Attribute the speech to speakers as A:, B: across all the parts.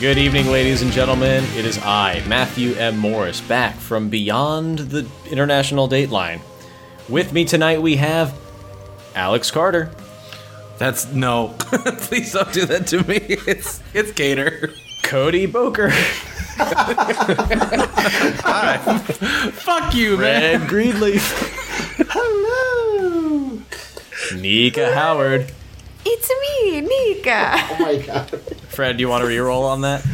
A: Good evening, ladies and gentlemen. It is I, Matthew M. Morris, back from beyond the international dateline. With me tonight, we have Alex Carter.
B: That's no. Please don't do that to me. It's it's Gator.
A: Cody Boker,
B: Fuck you, man.
A: Ed Greenleaf,
C: Hello!
A: Nika Howard.
D: It's me, Nika.
C: Oh my god.
A: Fred, do you want to re-roll on that?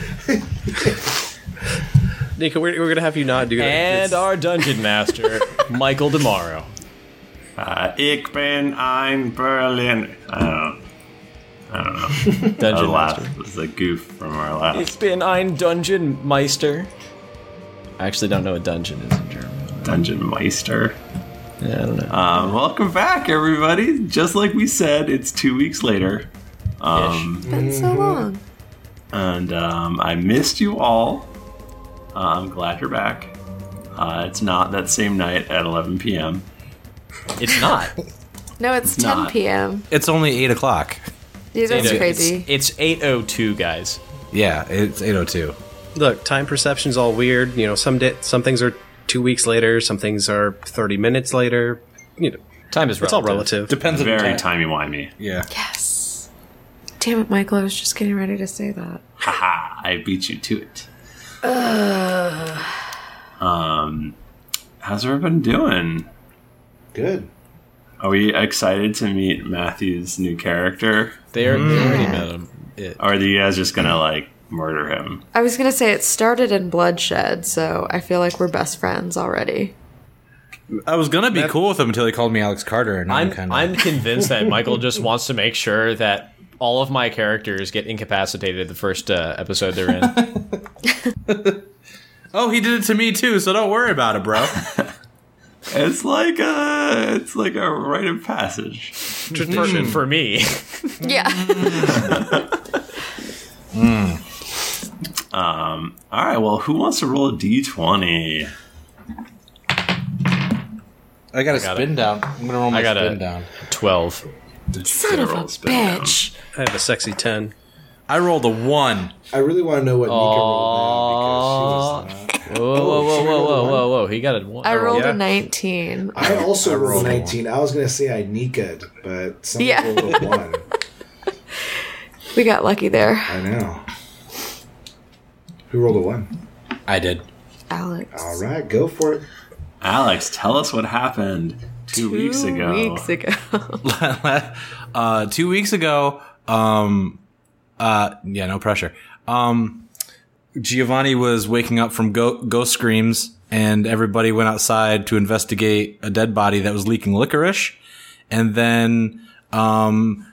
E: Nico, we're, we're gonna have you not do that.
A: And
E: It's-
A: our dungeon master, Michael Demaro.
F: Uh, ich bin ein Berlin. I don't know. Our
A: Dungeon master.
F: laugh was a goof from our last
A: Ich bin ein Dungeon Meister. I actually don't know what dungeon is in German.
F: dungeon meister.
A: Yeah, I don't know.
F: Um, welcome back, everybody. Just like we said, it's two weeks later,
A: Ish.
D: Been so long.
F: and um, I missed you all. Uh, I'm glad you're back. Uh, it's not that same night at 11 p.m.
A: It's not.
D: No, it's 10
F: not.
D: p.m.
B: It's only eight o'clock.
D: Yeah, that's
A: It's-
D: crazy.
A: It's, it's 802, guys.
B: Yeah, it's eight oh two.
E: look, time perception's all weird. You know, some di- some things are two weeks later, some things are thirty minutes later. You know,
A: Time is relative.
E: it's all relative.
B: Depends on
F: Very timey wimey.
B: Yeah.
D: Yes. Damn it, Michael. I was just getting ready to say that.
F: Haha, I beat you to it. Um, how's everyone doing?
C: Good.
F: Are we excited to meet Matthew's new character?
A: They, are, they
D: Mm.
A: already met him. It-
F: Or are you guys just gonna like murder him?
D: I was going to say it started in bloodshed, so I feel like we're best friends already.
B: I was gonna be cool with him until he called me Alex Carter, and I'm,
A: I'm,
B: kind
A: I'm
B: of
A: convinced that Michael just wants to make sure that all of my characters get incapacitated the first uh, episode they're in.
B: oh, he did it to me too, so don't worry about it, bro.
F: It's like a it's like a rite of passage.
A: Tradition. For me.
D: Yeah.
F: All right, well, who wants to roll a d twenty?
B: I got a
A: got
B: spin down. I'm gonna roll my
A: I got a-
B: spin down.
A: 12.
D: Son of a bitch.
E: I have a sexy ten.
B: I rolled a one.
C: I really want to know what Nika rolled now because she was. not-
A: Whoa, whoa, whoa, whoa,
C: she rolled a
A: whoa,
C: one?
A: whow, whoa. He got a oh, one.
D: I rolled
E: yeah.
D: a 19.
C: I also rolled
B: rolled a
C: 19. I was going to say I Nika'd, but someone
D: Yeah.
C: rolled a 1.
D: We got lucky there.
C: I know. Who rolled a 1?
B: I did.
D: Alex.
C: All right, go for it.
F: Alex, tell us what happened two,
D: Two
F: weeks ago.
D: weeks ago.
B: uh, two weeks ago, um, uh, yeah, no pressure. Um, Giovanni was waking up from go- ghost screams, and everybody went outside to investigate a dead body that was leaking licorice. And then um,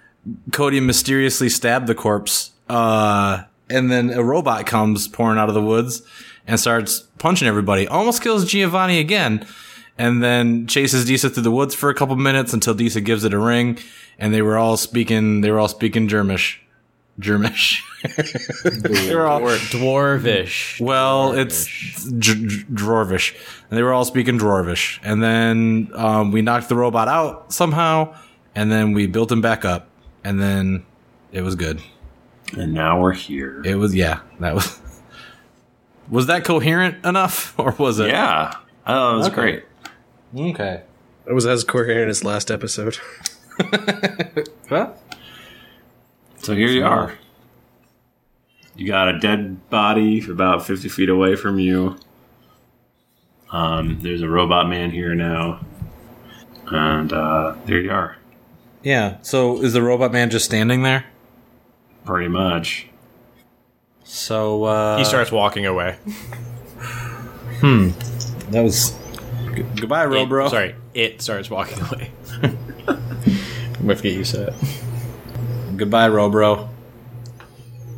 B: Cody mysteriously stabbed the corpse. Uh, and then a robot comes pouring out of the woods and starts punching everybody. Almost kills Giovanni again. And then chases Disa through the woods for a couple minutes until Disa gives it a ring. And they were all speaking, they were all speaking Germish. Germish. they were all,
A: Or dwarvish.
B: well, it's dr- dr- Dwarvish. And they were all speaking Dwarvish. And then um, we knocked the robot out somehow, and then we built him back up, and then it was good.
F: And now we're here.
B: It was yeah, that was. Was that coherent enough, or was it?
F: Yeah. Oh, it was
B: Okay.
F: great.
B: Okay.
E: It was as coherent as last episode.
B: Well,
F: So here you are. You got a dead body about 50 feet away from you. Um, there's a robot man here now. And uh, there you are.
B: yeah. So is the robot man just standing there?
F: Pretty much.
B: So uh,
A: He starts walking away.
B: That was. G- goodbye,
A: It-
B: Robro.
A: Sorry, it starts walking away. I'm going to get used to that.
B: Goodbye, Robro.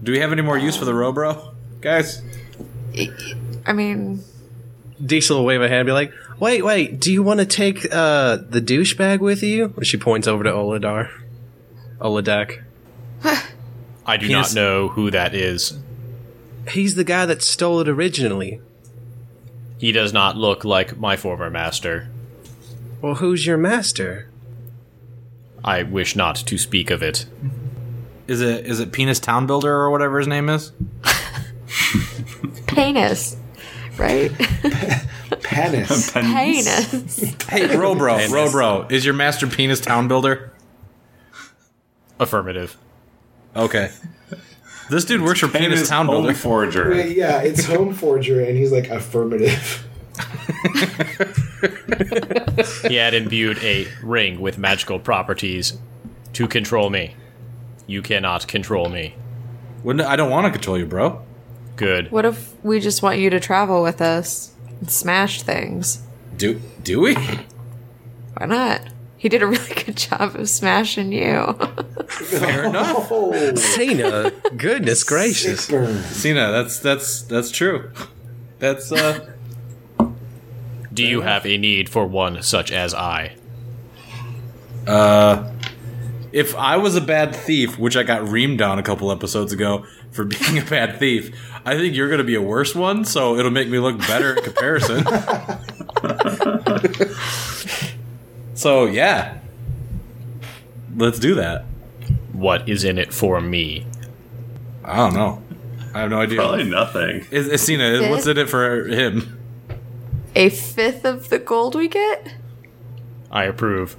B: Do we have any more use for the Robro, guys?
D: I mean,
E: Diesel will wave a hand and be like, "Wait, wait, do you want to take uh, the douchebag with you?" And she points over to Oladar, Oladak.
A: I do
B: Penis-
A: not know who that is.
E: He's the guy that stole it originally.
A: He does not look like my former master.
E: Well, who's your master?
A: I wish not to speak of it.
B: Is it is it Penis Town Builder or whatever his name is?
D: Penis. Right?
C: Penis.
D: Penis.
B: Hey, Robro, Robro, is your master penis town builder?
A: Affirmative.
B: Okay. This dude works for Penis Town
F: Home
B: Builder.
F: Forger.
C: yeah, it's Home Forger, and he's like affirmative.
A: He had imbued a ring with magical properties to control me. You cannot control me.
B: Wouldn't I don't want to control you, bro.
A: Good.
D: What if we just want you to travel with us and smash things?
B: Do do we?
D: Why not? He did a really good job of smashing you.
B: Fair enough.
C: Oh,
E: Tina, goodness gracious.
C: burn.
B: Cena, that's that's that's true. That's uh
A: Do you have a need for one such as I?
B: if I was a bad thief, which I got reamed on a couple episodes ago for being a bad thief, I think you're gonna be a worse one, so it'll make me look better in comparison. so yeah. Let's do that.
A: What is in it for me?
B: I don't know. I have no idea.
F: Probably nothing.
B: Is, is Cena, is- what's in it for him?
D: a fifth of the gold we get?
A: I approve.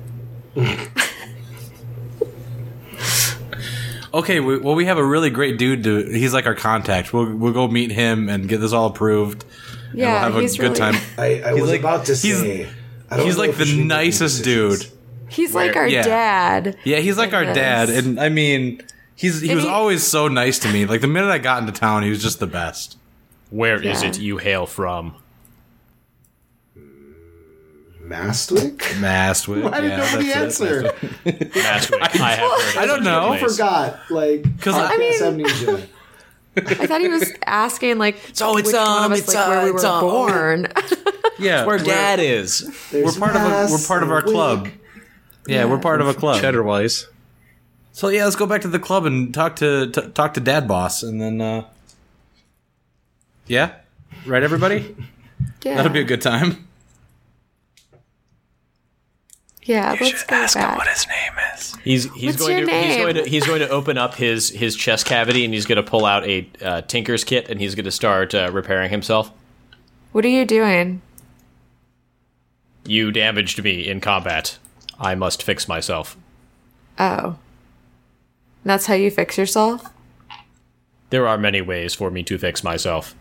B: Okay, we, well, we have a really great dude. To, he's like our contact. We'll, we'll go meet him and get this all approved.
D: Yeah,
B: and we'll have
D: he's
B: a
D: really,
B: good time.
C: I, I was
B: like-
C: about to
B: he's-
C: say. I don't
B: He's
C: know
B: like
C: if we should
B: the
C: make
B: nicest
C: decisions.
B: dude.
D: He's like our
B: yeah.
D: dad.
B: Yeah, he's like our
D: Yes.
B: dad. And I mean, he's he
D: And
B: was
D: he-
B: always so nice to me. Like the minute I got into town, he was just the best.
A: Where is
D: Yeah.
A: it you hail from?
C: Mastwick?
B: Mastwick.
C: I didn't
B: yeah,
C: know the
B: that's it.
C: answer.
A: Mastwick. I have heard of
B: I don't
A: such a
B: know.
A: place.
C: Forgot. Like,
B: 'Cause I-
C: podcast amnesia.
D: I thought he was asking like,
A: So it's,
D: which one
A: um,
D: of us,
A: it's,
D: like, where
A: uh,
D: we were
A: it's,
B: oh.
A: um,
D: born.
B: Yeah,
A: Where
B: we're,
A: Dad is.
B: we're
C: There's
B: part of a, we're
C: Mass
B: part of our
C: and Wick.
B: club. Yeah, we're part of a club.
E: Cheddarwise.
B: So yeah, let's go back to the club and talk to t- talk to Dad Boss, and then uh, yeah, right, everybody.
D: yeah.
B: That'll be a good time.
D: yeah, let's go back.
B: his name is.
A: He's he's
D: What's
A: going
D: your
A: to he's
D: name?
A: going to he's going to open up his his chest cavity and he's going to pull out a uh, tinker's kit and he's going to start uh, repairing himself.
D: What are you doing?
A: You damaged me in combat. I must fix myself.
D: Oh. That's how you fix yourself?
A: There are many ways for me to fix myself.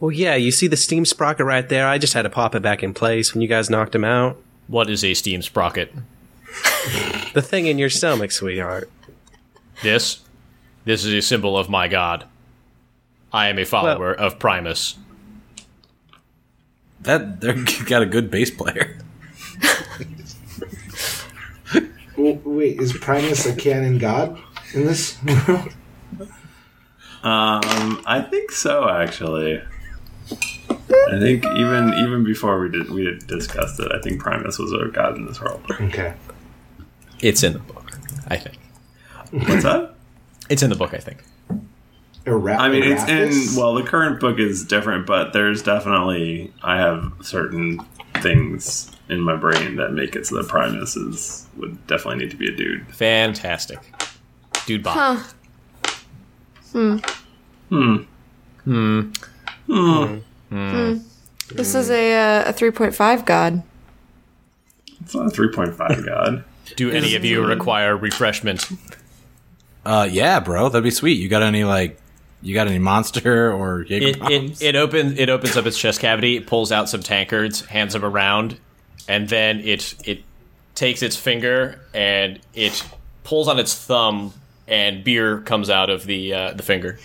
E: Well, yeah, you see the steam sprocket right there. I just had to pop it back in place when you guys knocked him out.
A: What is a steam sprocket?
E: The thing in your stomach, sweetheart.
A: This this is a symbol of my god. I am a follower of Primus.
B: That they are got a good bass player.
C: Well, wait, is Primus a canon god in this world?
F: Um, I think so, actually. I think even even before we did we had discussed it, I think Primus was a god in this world.
C: Okay.
A: It's in the book, I think.
F: What's that?
A: It's in the book, I think.
C: Era-
F: I mean, it's
C: Arrakis?
F: in. Well, the current book is different, but there's definitely. I have certain things in my brain that make it so that Primus is would definitely need to be a dude.
A: Fantastic. Dude Bob.
D: Huh.
B: Hmm.
D: Hmm. This is a, uh, a 3.5 god.
F: It's not a three point five god.
A: Do any of you require refreshment?
B: Uh, yeah, bro, that'd be sweet. You got any like, you got any monster or
A: It,
B: Jaeger
A: it,
B: bombs?
A: it opens it opens up its chest cavity, pulls out some tankards, hands them around, and then it it takes its finger and it pulls on its thumb, and beer comes out of the uh, the finger.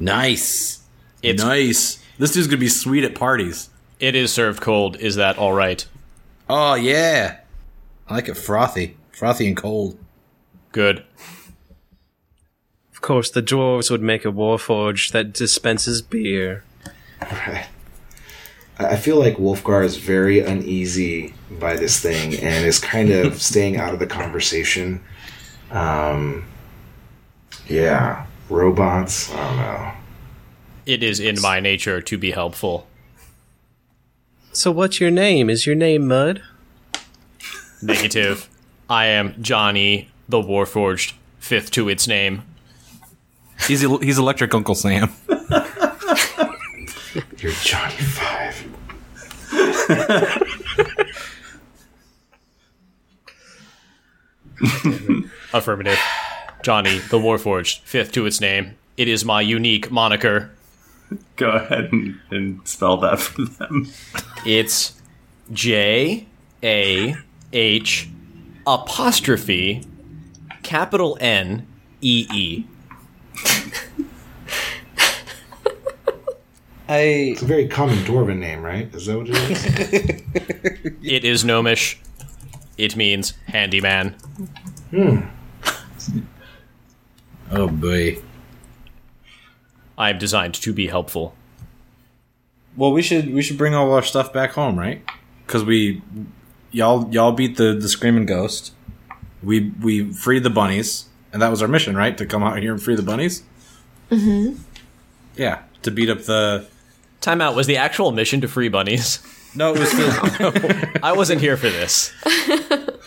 B: nice,
A: It's
B: nice. This dude's gonna be sweet at parties.
A: it is served cold. Is that all right?
B: Oh yeah, I like it frothy, frothy and cold.
A: Good.
E: Of course, the dwarves would make a warforge that dispenses beer.
C: I I feel like Wolfgar is very uneasy by this thing and is kind of staying out of the conversation. Um, yeah, robots. I don't know.
A: It is in my nature to be helpful.
E: So, what's your name? Is your name Mud?
A: Negative. I am Johnny, the Warforged, fifth to its name.
B: He's he's electric Uncle Sam.
C: You're Johnny Five.
A: Affirmative. Johnny, the Warforged, fifth to its name. It is my unique moniker.
F: Go ahead and, and spell that for them.
A: It's J A H apostrophe capital N E E.
E: I
C: It's a very common dwarven name, right? Is that what it is?
A: It is gnomish. It means handyman.
B: Oh boy.
A: I am designed to be helpful.
B: Well, we should we should bring all our stuff back home, right? Because we y'all y'all beat the the screaming ghost. We we freed the bunnies, and that was our mission, right? To come out here and free the bunnies. Mm-hmm. Yeah, to beat up the.
A: Timeout was the actual mission to free bunnies.
B: No, it was the.
A: I wasn't here for this.
C: It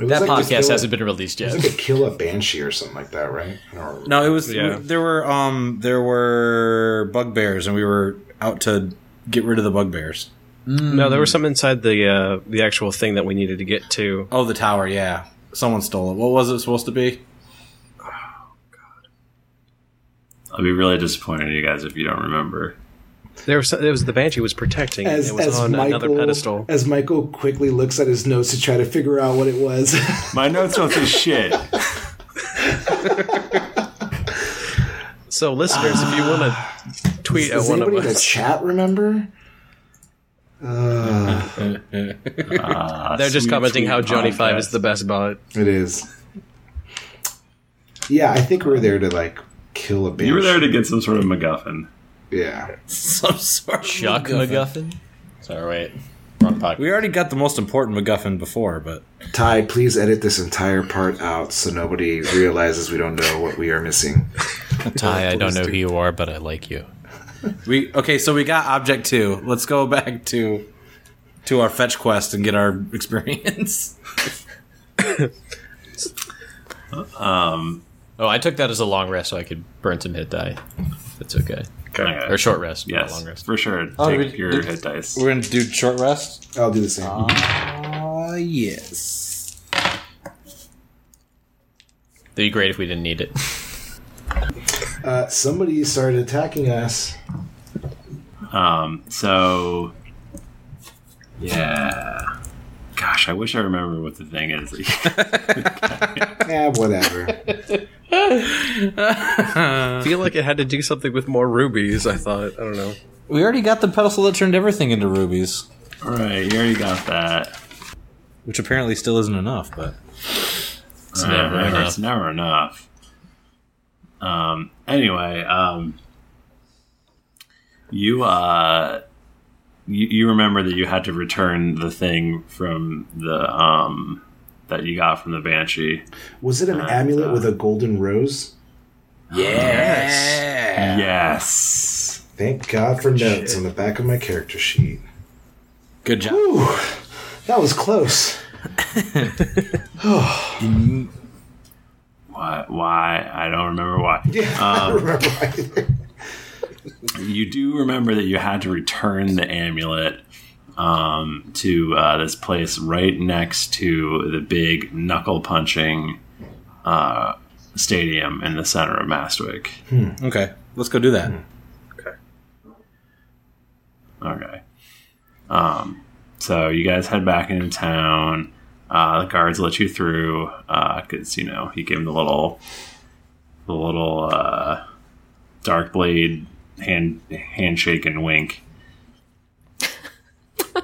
C: was
A: That
C: like to
A: podcast
C: kill
A: hasn't
C: a,
A: been released
C: it was
A: yet.
C: like to kill a banshee or something like that, right? I don't remember.
B: no, it was.
E: Yeah.
B: There were um there were bugbears, and we were out to get rid of the bugbears.
E: no, there was some inside the uh, the actual thing that we needed to get to.
B: Oh, the tower. Yeah, someone stole it. What was it supposed to be?
F: I'll be really disappointed in you guys if you don't remember.
E: There was there was the banshee was protecting. it.
C: As,
E: it was
C: as
E: on another
C: Michael-
E: pedestal.
C: As Michael quickly looks at his notes to try to figure out what it was.
F: My notes don't say shit.
E: So, listeners, if you want to tweet at
C: Does
E: one of
C: anybody in the
E: us,
C: chat remember?
E: they're just
F: Ah, Sweet,
E: commenting
F: sweet
E: how Johnny Five
F: podcast.
E: is the best bot.
C: It is. Yeah, I think we're there to like kill a banshee.
F: You were there to get some sort of MacGuffin.
C: yeah.
B: Some sort. of
A: Chuck
B: MacGuffin.
A: MacGuffin? Sorry, wait. Wrong podcast.
B: We already got the most important MacGuffin before, but
C: Ty, please edit this entire part out so nobody realizes we don't know what we are missing.
A: Ty, I don't know who you are, but I like you.
B: we okay. So we got object two. Let's go back to to our fetch quest and get our experience.
A: Oh, I took that as a long rest so I could burn some hit die. That's okay.
F: Okay.
A: Or short rest,
F: Yes,
A: not long rest.
F: for sure. Take
B: we-
F: your hit dice.
B: gonna do short rest.
C: I'll do the same.
B: Ah, yes.
A: It'd be great if we didn't need it.
C: Uh, somebody started attacking us.
F: Um, so, yeah. Gosh, I wish I remember what the thing is.
C: Eh, whatever.
E: I feel like it had to do something with more rubies. I thought. I don't know.
B: We already got the pedestal that turned everything into rubies,
F: All right, you already got that.
B: which apparently still isn't enough. But
A: It's never
F: Alright,
A: enough.
F: It's never enough. Um. Anyway, um, you uh, you, you remember that you had to return the thing from the um that you got from the banshee.
C: Was it an amulet with a golden rose?
F: Yes.
C: Thank God for notes on the back of my character sheet.
B: good job.
C: That was close.
F: Why? Why? I don't remember why.
C: I don't remember either.
F: You do remember that you had to return the amulet um, to uh, this place right next to the big knuckle punching uh, stadium in the center of Mastwick.
B: Okay, let's go do that.
F: Okay. Um, so you guys head back into town. Uh, the guards let you through because you know he gave him the little, the little uh, dark blade hand handshake and wink.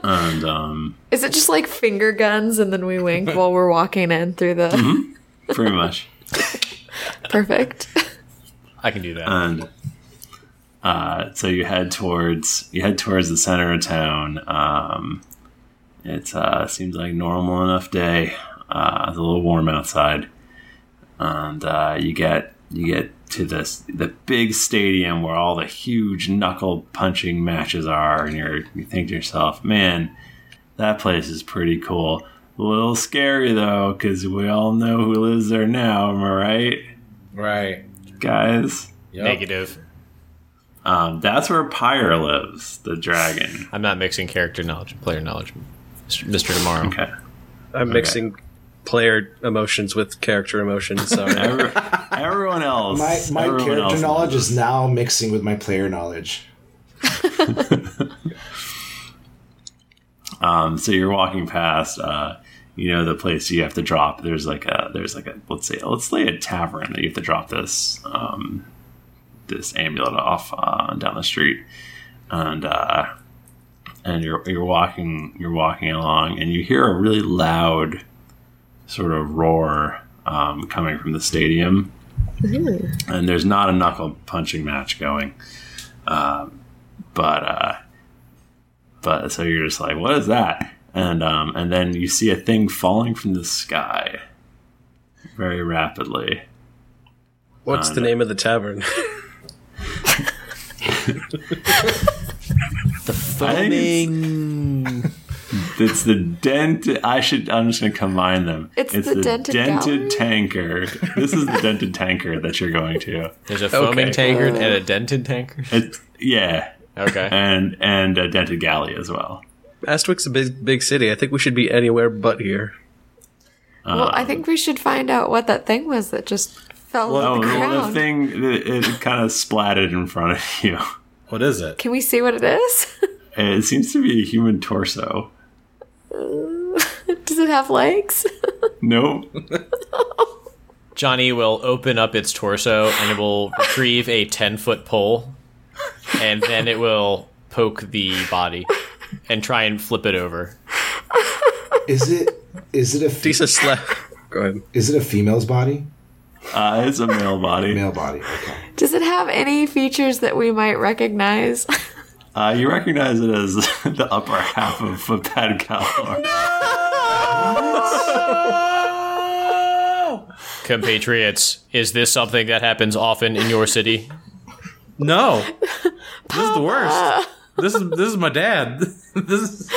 F: and um,
D: Is it just like finger guns and then we wink while we're walking in through
F: Mm-hmm.
D: the
F: pretty much.
D: perfect?
F: Uh,
A: I can do that.
F: and uh, so you head towards you head towards the center of town. Um, it uh, seems like a normal enough day. Uh, it's a little warm outside, and uh, you get you get to this the big stadium where all the huge knuckle punching matches are, and you're you think to yourself, man, that place is pretty cool. A little scary though, because we all know who lives there now. Am I right,
B: Right.
F: guys?
B: Yep.
A: Negative.
F: Um, that's where Pyre lives, the dragon.
A: I'm not mixing character knowledge and player knowledge, Mr. Tomorrow.
F: Okay.
E: I'm mixing player emotions with character emotions. Sorry.
F: Every- everyone else.
C: My, my
F: everyone
C: character
F: else-
C: knowledge is now mixing with my player knowledge.
F: Um, so you're walking past, uh, you know, the place you have to drop. There's like a, there's like a, let's say, let's say a tavern that you have to drop this, um, this amulet off uh, down the street, and uh, and you're you're walking you're walking along, and you hear a really loud sort of roar um, coming from the stadium, and there's not a knuckle punching match going, um, but. Uh, but so you're just like, what is that? And um, and then you see a thing falling from the sky very rapidly.
E: What's the name of the tavern?
F: I think It's, it's the dent. I should. I'm just gonna combine them.
D: It's the dented gallery?
F: tanker. This is the dented tanker that you're going to.
A: There's a foaming
E: Okay.
A: tankard and a dented tankard.
F: It's yeah,
A: Okay.
F: and and a dented galley as well.
E: Astwick's a big, big city. I think we should be anywhere but here.
D: well, I think we should find out what that thing was that just fell
F: Oh,
D: on the
F: well, the
D: ground.
F: thing it, it kind of splatted in front of you.
B: What is it?
D: Can we see what it is?
F: It seems to be a human torso.
D: Does it have legs?
F: Nope.
A: Johnny will open up its torso and it will retrieve a 10 foot pole, and then it will poke the body and try and flip it over.
C: Is it is it a fe-
E: Disa slap. Go ahead.
C: is it a female's body?
F: Uh, it's a male body.
C: Male body. Okay.
D: Does it have any features that we might recognize?
F: Uh, you recognize it as the upper half of a bad Calor.
B: Oh!
A: Compatriots, is this something that happens often in your city?
B: No. This is the worst. This is this is my dad. This is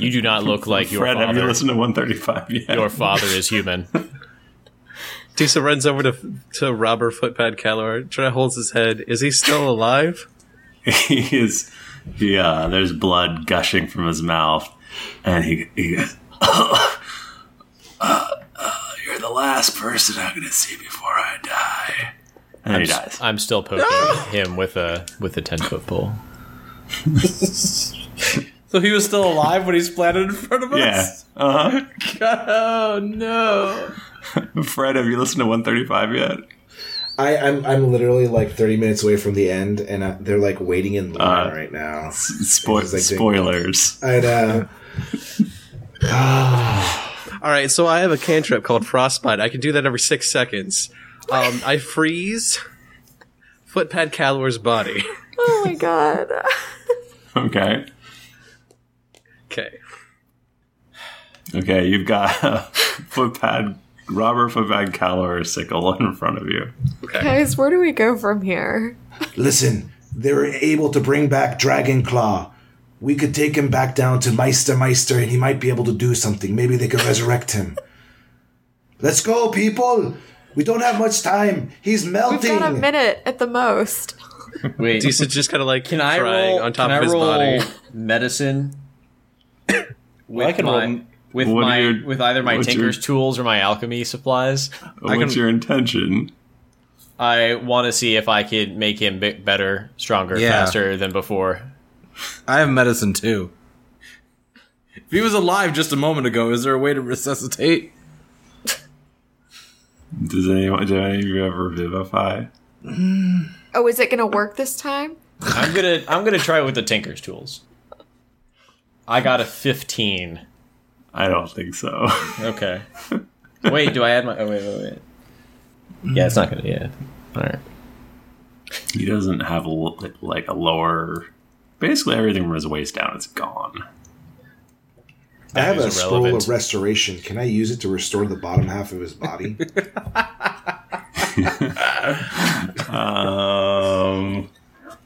A: You do not look like your
F: Fred, have you
A: father.
F: listened to 135 yet?
A: Your father is human.
E: Disa runs over to to robber footpad Calor. Try to hold his head. Is he still alive?
F: he is, he, uh, there's blood gushing from his mouth, and he, he goes, "Oh, You're the last person I'm going to see before I die. And he dies.
A: I'm still poking him with a Uh, with a 10 foot pole.
B: so he was still alive when he splatted in front of
F: Yeah.
B: us.
F: Uh
B: Oh no.
F: huh. Fred, have you listened to 135 yet?
C: I, I'm I'm literally like 30 minutes away from the end, and I, they're like waiting in line
F: Uh,
C: right now. uh,
F: Spo-
C: like-
F: spoilers.
C: I know.
E: All right, so I have a cantrip called Frostbite. I can do that every six seconds. Um, I freeze footpad Calor's body.
D: oh my god.
F: Okay.
E: Okay.
F: Okay, you've got a footpad, robber footpad calor sickle in front of you.
D: Guys, where do we go from here?
C: Listen, they were able to bring back Dragon Claw. We could take him back down to Meister Meister, and he might be able to do something. Maybe they could resurrect him. Let's go, people. We don't have much time. He's
D: We've
C: melting.
D: got a minute at the most.
A: Wait,
E: Disa just kind of like crying on top of his body.
A: medicine with
B: I can
A: my,
B: roll-
A: with
F: What are
A: my
F: your-
A: with either my
F: what's your-
A: tinker's tools or my alchemy supplies.
F: What's your intention?
A: I want to see if I could make him bi- better, stronger,
B: Yeah.
A: faster than before.
B: I have medicine too. If he was alive just a moment ago, is there a way to resuscitate?
F: Does anyone, do any of you ever vivify?
D: Oh, is it going to work this time?
A: I'm gonna I'm gonna try it with the tinker's tools. I got a 15.
F: I don't think so.
A: Okay. Wait, do I add my? Oh wait, wait, wait. Yeah, it's not gonna. Yeah. All right.
F: he doesn't have a, l- like a lower. Basically, everything from his waist down is gone.
C: I have
A: is
C: a scroll
A: irrelevant.
C: of restoration. Can I use it to restore the bottom half of his body?
F: Um,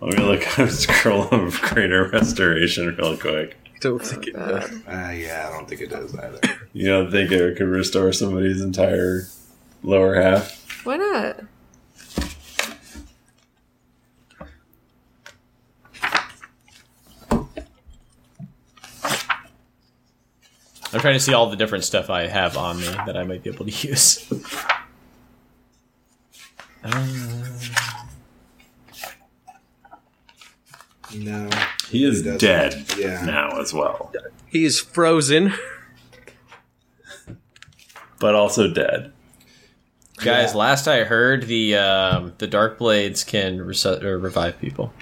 F: let me look up scroll of greater restoration real quick.
E: I don't think it does.
C: uh, yeah, I don't think it does either.
F: You don't think it could restore somebody's entire lower half?
D: Why not?
A: I'm trying to see all the different stuff I have on me that I might be able to use.
C: No.
F: He is
C: doesn't.
F: dead
C: Yeah.
F: now as well,
E: He is frozen.
F: but also dead.
A: Guys, last I heard, the um, the dark blades can resu- or revive people.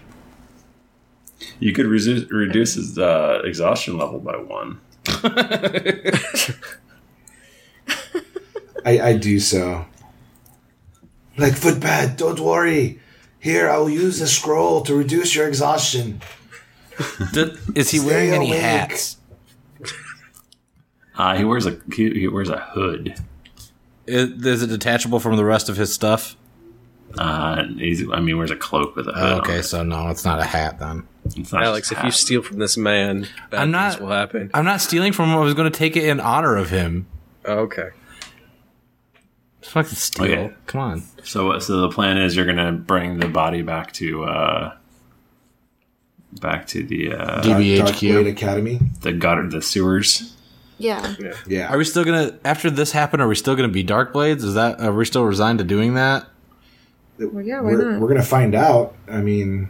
F: You could resu- reduce his uh, exhaustion level by one.
C: I, I do so. Like footpad, don't worry. Here, I will use the scroll to reduce your exhaustion.
B: Is he wearing any
C: awake.
B: hats?
F: Uh, he wears a he, he wears a hood.
B: Is, is it detachable from the rest of his stuff?
F: Uh, he's, I mean, he wears a cloak with a hood. on
B: Oh, okay,
F: it.
B: so no, it's not a hat then.
F: It's not
E: Oh, Alex,
F: just
E: if you
F: hat.
E: steal from this man, bad
B: I'm not-
E: things will happen.
B: I'm not stealing from him. I was going to take it in honor of him.
E: Oh, okay.
B: It's fucking steal.
F: Okay.
B: Come on.
F: so what- so the plan is you're gonna bring the body back to uh, back to the uh,
C: Dark-
B: DBHQ.
C: Dark Blade Academy.
F: the gutter the sewers.
D: Yeah.
C: Yeah.
B: Are we still gonna after this happened? Are we still gonna be dark blades? Is that are we still resigned to doing that?
D: Well, yeah, why
C: we're,
D: not?
C: we're gonna find out. I mean,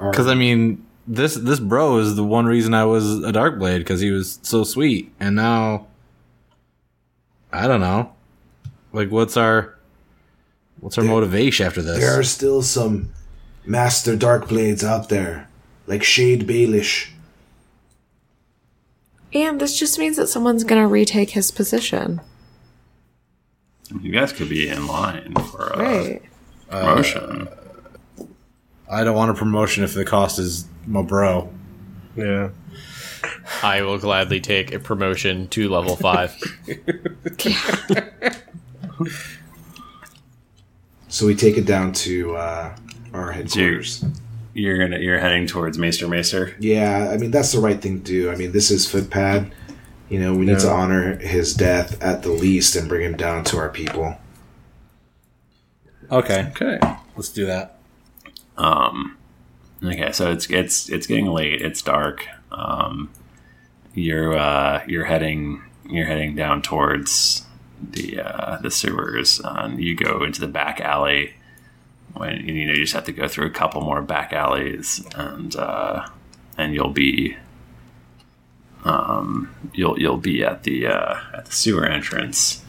C: our-
B: Because I mean, this this bro is the one reason I was a dark blade because he was so sweet, and now I don't know. Like, what's our what's our motivation after this?
C: there are still some master dark blades out there, like Shade Baelish.
D: And this just means that someone's going to retake his position.
F: You guys could be in line for a
D: Right.
F: promotion.
B: I don't want a promotion if the cost is my bro.
E: Yeah.
A: I will gladly take a promotion to level five.
C: So we take it down to uh, our headquarters.
F: you're gonna you're heading towards Maester Maester.
C: Yeah, I mean that's the right thing to do. I mean this is Footpad. You know we need to honor his death at the least and bring him down to our people.
B: Okay,
F: Okay.
B: let's do that.
F: Um, okay, so it's it's it's getting late. It's dark. Um, you're uh, you're heading you're heading down towards the uh, the sewers. Um, you go into the back alley. When you know you just have to go through a couple more back alleys, and uh, and you'll be um, you'll you'll be at the uh, at the sewer entrance.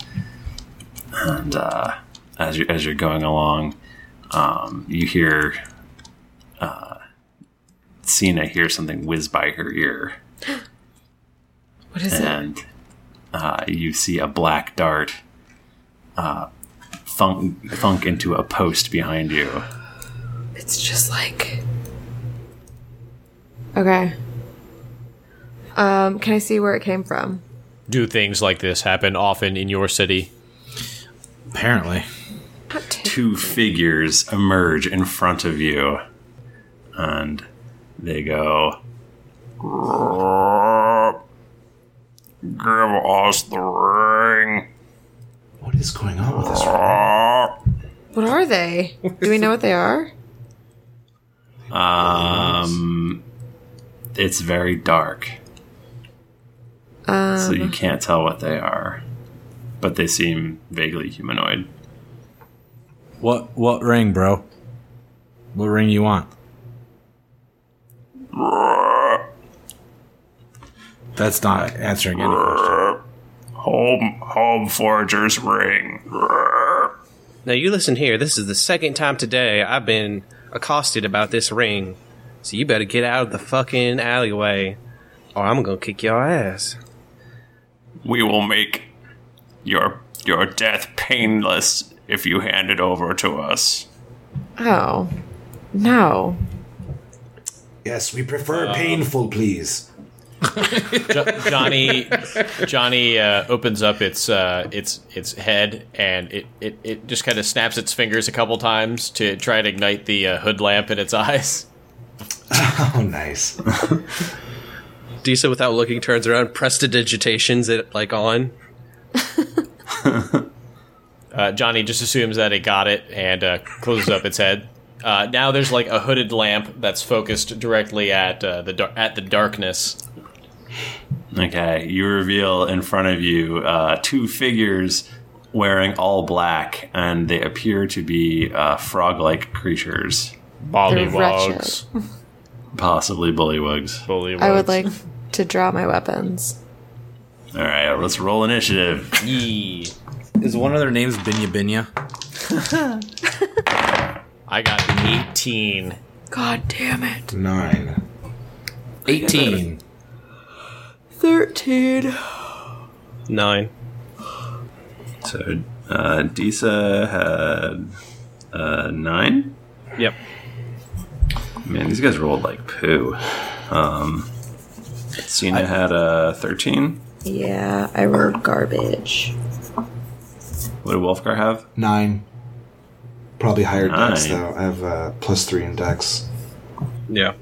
F: And uh, as you as you're going along, um, you hear uh, Cena hear something whiz by her ear,
D: What is it?
F: and uh, you see a black dart uh, thunk, thunk into a post behind you.
D: It's just like. Okay. Um, can I see where it came from?
A: Do things like this happen often in your city?
B: Apparently,
D: Not ta-
F: Two figures emerge in front of you, and they go. Give us the ring.
C: What is going on with this?
D: What are they? Do we know what they are?
F: Um, it's very dark. so you can't tell what they are, but they seem vaguely humanoid.
B: what what ring, bro? What ring you want? That's not answering any question.
F: Home, home forger's ring.
E: Now you listen here. This is the second time today I've been accosted about this ring. So you better get out of the fucking alleyway, or I'm gonna kick your ass.
F: We will make your your death painless if you hand it over to us.
D: Oh. No.
C: Yes, we prefer painful, please.
A: Jo- Johnny Johnny uh, opens up its uh, its its head and it, it, it just kind of snaps its fingers a couple times to try and ignite the uh, hood lamp in its eyes.
C: Oh, nice.
E: Disa, without looking, turns around, prestidigitations it like on.
A: Uh, Johnny just assumes that it got it and uh, closes up its head. Uh, now there's like a hooded lamp that's focused directly at uh, the dar- at the darkness.
F: Okay, you reveal in front of you uh, two figures wearing all black, and they appear to be uh, frog like creatures,
D: Bollywogs.
F: possibly bullywugs.
A: Bullywogs.
D: I would like to draw my weapons.
F: All right, let's roll initiative.
A: Yee.
B: Is one of their names Binya Binya?
A: I got 18.
D: God damn it.
C: Nine.
B: 18.
D: 13.
E: Nine.
F: So, uh, Disa had uh, nine.
E: Yep.
F: Man, these guys rolled like poo. Um, Cena had a thirteen.
D: Yeah, I wrote garbage.
F: What did Wolfgar have?
C: Nine. Probably higher dex
F: Nine.
C: though. I have uh, plus three in dex.
E: Yeah.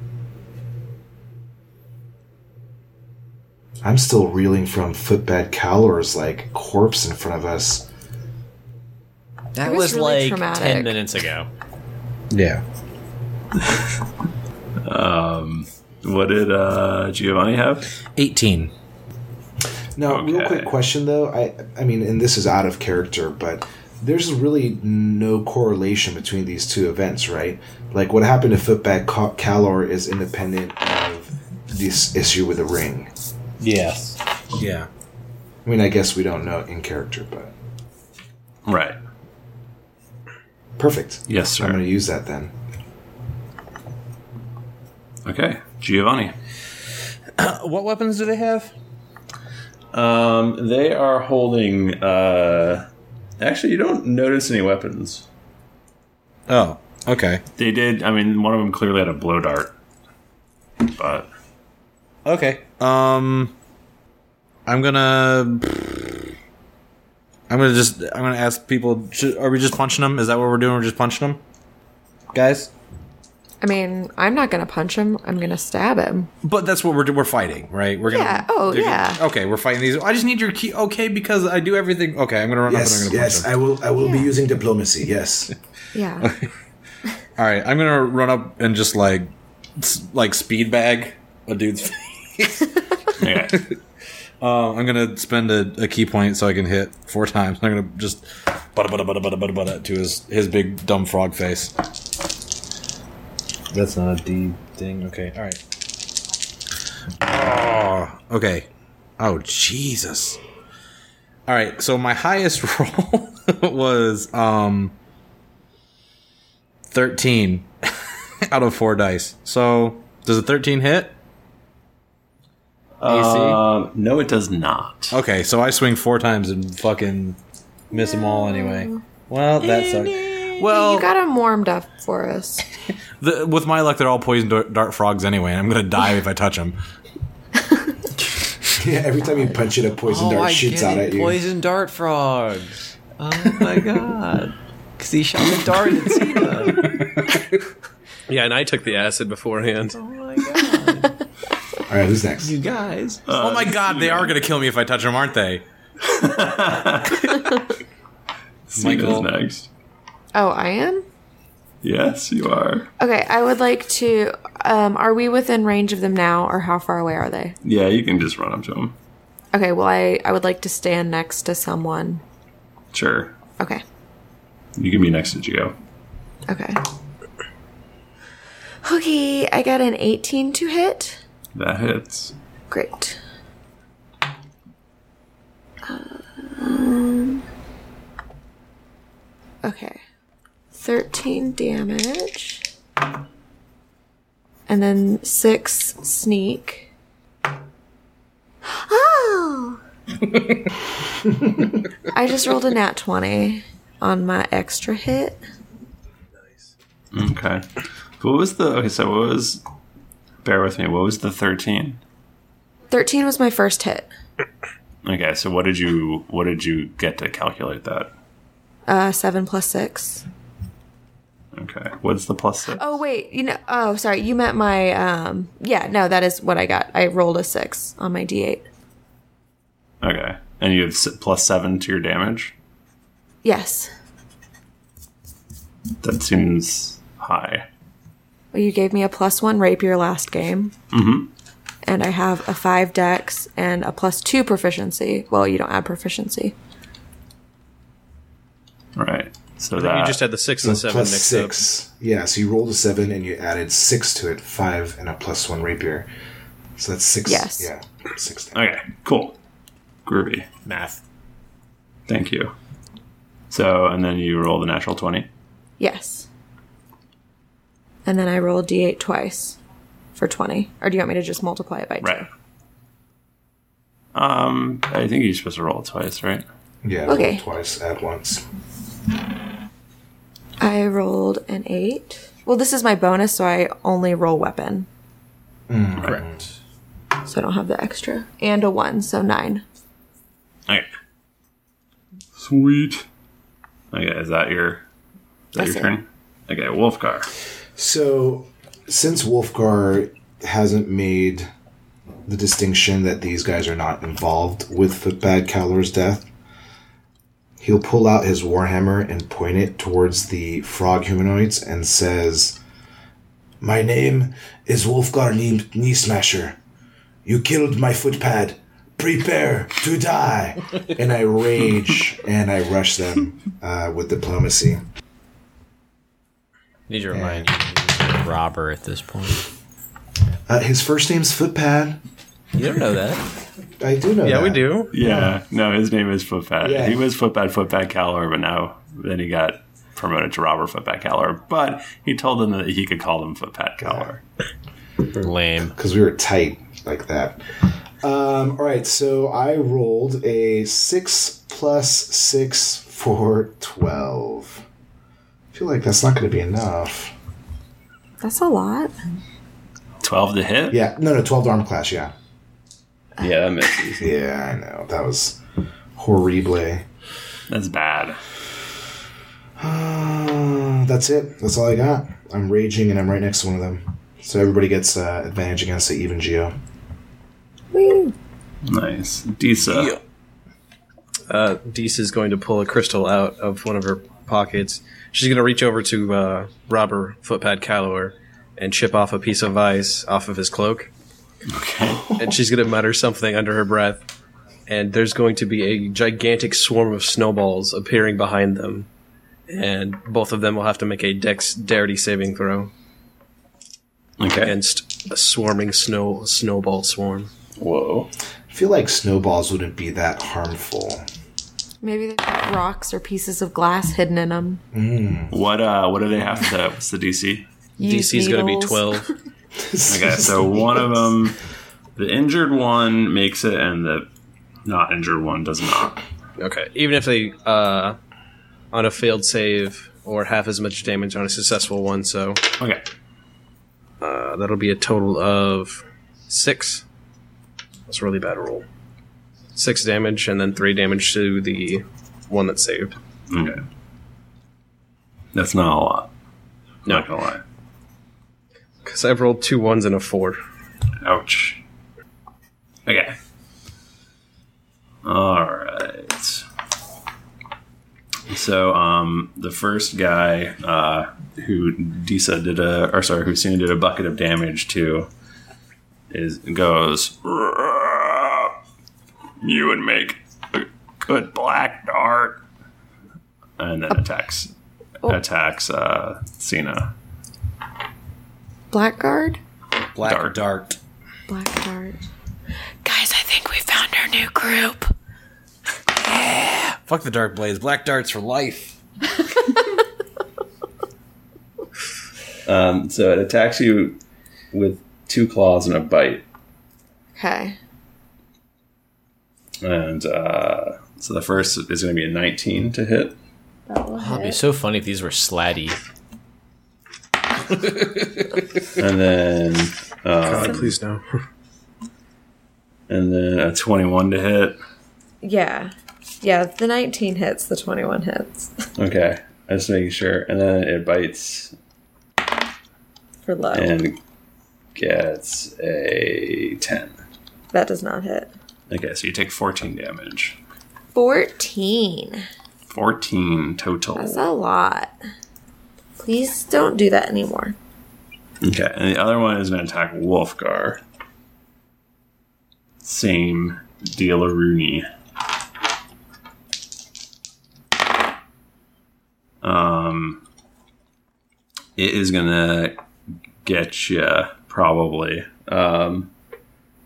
C: I'm still reeling from footbed Calor's like corpse in front of us.
A: That
D: It
A: was,
D: was really
A: like
D: traumatic.
A: 10 minutes ago.
B: yeah.
F: What did uh, Giovanni have?
B: 18.
C: Now, real
F: Okay.
C: quick question though. I I mean, and this is out of character, but there's really no correlation between these two events, right? Like what happened to footbed Ca- Calor is independent of this issue with the ring.
B: Yes. Yeah.
C: I mean, I guess we don't know in character, but
F: Right.
C: perfect.
F: Yes,
C: I'm going
F: sir.
C: to use that then.
F: Okay, Giovanni.
B: What weapons do they have?
F: Um, they are holding. Uh, actually, you don't notice any weapons.
B: Oh, okay.
F: They did. I mean, one of them clearly had a blow dart, but
B: Okay. Um I'm going to I'm going to just I'm going to ask people sh- are we just punching them? Is that what we're doing? We're just punching them? Guys?
D: I mean, I'm not gonna punch him. I'm gonna stab him.
B: But that's what we're do- we're fighting, right? We're gonna
D: Yeah. Oh,
B: they're gonna-
D: yeah.
B: okay, we're fighting these. I just need your key. Okay, because I do everything. Okay, I'm gonna run up and I'm
C: Yes,
B: gonna punch
C: yes,
B: them.
C: I will. I will be
D: Yeah.
C: using diplomacy. Yes,
D: Yeah.
B: All right, I'm gonna run up and just like s- like speed bag a dude's. face.
F: okay.
B: Um, I'm gonna spend a, a key point so I can hit four times. I'm gonna just butta butta butta butta butta butta to his his big dumb frog face. That's not a D thing. Okay, all right. Oh, okay. Oh Jesus. All right, so my highest roll was um 13 out of 4 dice. So, does a 13 hit?
F: Um, no, it does not.
B: Okay, so I swing 4 times and fucking miss them all anyway. Well, that sucks. Well,
D: you got him warmed up for us.
B: the, with my luck, they're all poison dart, dart frogs anyway, and I'm gonna die if I touch them.
C: yeah. Every time you punch it, a poison dart shoots out at you.
G: Poison dart frogs. Oh my god. Because he shot the dart at Cena.
E: Yeah, and I took the acid beforehand.
G: Oh my god.
C: All right, who's next?
G: You guys.
B: oh
F: Uh,
B: my god, they are gonna kill me if I touch them, aren't they?
F: Michael's next.
D: Oh, I am?
F: Yes, you are.
D: Okay, I would like to. Um, are we within range of them now, or how far away are they?
F: Yeah, you can just run up to him.
D: Okay, well, I, I would like to stand next to someone.
F: Sure,
D: Okay,
F: you can be next to Geo.
D: okay. Okay, I got an 18 to hit.
F: That hits.
D: Great. Um, okay. 13 damage. And then 6 sneak. Oh! I just rolled a nat 20 on my extra hit.
F: Okay. What was the okay? So what was? Bear with me. What was the thirteen?
D: 13 was my first hit.
F: Okay, so what did you what did you get to calculate that?
D: Uh, 7 plus 6.
F: Okay, what's the plus six?
D: Oh wait, you know. Oh, sorry. You meant my. um Yeah, no, that is what I got. I rolled a six on my d8.
F: Okay, and you have s- plus seven to your damage.
D: Yes.
F: That seems high.
D: Well, you gave me a plus one rapier last game. and I have a five dex and a plus two proficiency. Well, you don't add proficiency.
F: Right. So that
E: You just had the six and seven
C: plus
E: mixed up.
C: six. Yeah, so you rolled a seven and you added six to it, five and a plus one rapier. So that's six.
D: Yes.
C: Yeah, six. damage.
F: okay. Cool. Groovy.
A: Math.
F: Thank you. So and then you roll the natural twenty.
D: Yes. And then I roll a d8 twice for 20. Or do you want me to just multiply it by two?
F: Right. Um, I think you're supposed to roll it twice, right?
C: Yeah.
D: Okay.
C: roll Twice at once.
D: I rolled an 8. Well, this is my bonus, so I only roll weapon.
A: Correct.
D: So I don't have the extra. And a 1, so 9.
F: Okay. Sweet. Okay, is that your is that
D: That's
F: your
D: it.
F: turn? Okay, Wolfgar.
C: So, since Wolfgar hasn't made the distinction that these guys are not involved with the bad Cowler's death, he'll pull out his warhammer and point it towards the frog humanoids and says, "My name is Wolfgar Knee, Knee Smasher. You killed my footpad. Prepare to die!" and I rage and I rush them uh, with diplomacy.
G: Need to remind you, he's a robber at this point.
C: Uh, his first name's Footpad.
G: You don't know that.
C: I do know.
E: Yeah, we
C: that.
E: do.
F: Yeah. No, his name is Footpad.
C: Yeah.
F: He was Footpad Footpad Calor, but now then he got promoted to Robert Footpad Calor. But he told them that he could call them Footpad Calor.
A: Lame.
C: because we were tight like that. Um, all right, so I rolled a six plus six for twelve. I feel like that's not going to be enough.
D: That's a lot.
F: Twelve to hit.
C: Yeah, no, no, twelve to arm class. Yeah,
F: Yeah, that misses.
C: yeah, I know that was horrible.
F: That's bad.
C: Uh, that's it. That's all I got. I'm raging, and I'm right next to one of them. So everybody gets uh, advantage against the even geo.
D: Woo.
F: Nice. Disa.
E: Uh, Dees is going to pull a crystal out of one of her pockets. She's going to reach over to uh, robber Footpad Calor and chip off a piece of ice off of his cloak.
F: Okay.
E: and she's going to mutter something under her breath. And there's going to be a gigantic swarm of snowballs appearing behind them. And both of them will have to make a dexterity saving throw
F: Okay.
E: against a swarming snow snowball swarm.
F: Whoa.
C: I feel like snowballs wouldn't be that harmful.
D: Maybe they've got rocks or pieces of glass hidden in them.
F: What uh what do they have to what's the DC?
E: DC is going to be 12.
F: Okay, so one of them, the injured one makes it, and the not injured one does not.
E: Okay. Even if they, uh, on a failed save or half as much damage on a successful one, so
F: Okay,
E: uh, that'll be a total of six. That's a really bad roll. Six damage and then three damage to the one that saved.
F: okay, that's not a lot. Not gonna lie.
E: Because I've rolled two ones and a four.
F: Ouch. Okay. All right. So, um, the first guy uh, who Disa did a, or sorry, who Soon did a bucket of damage to, is goes. You would make a good black dart, and then attacks attacks uh, Cena.
D: Blackguard?
B: Black
F: Dart.
B: dart.
D: Blackguard. Guys, I think we found our new group.
B: Fuck the dark blades. Black darts for life.
F: Um, so it attacks you with two claws and a bite.
D: Okay.
F: And uh, so the first is going to be a 19 to hit.
A: It'd be so funny if these were slatty.
F: And then um,
E: God, please no.
F: and then a 21 to hit.
D: Yeah. Yeah, the 19 hits, the 21 hits
F: Okay. I'm just making sure. And then it bites
D: for low.
F: and gets a 10.
D: That does not hit.
F: Okay, so you take 14 damage.
D: 14.
F: 14 total.
D: That's a lot. Please don't do that anymore.
F: Okay, and the other one is going to attack Wolfgar. Same deal Rooney. Um, it is gonna get you probably um,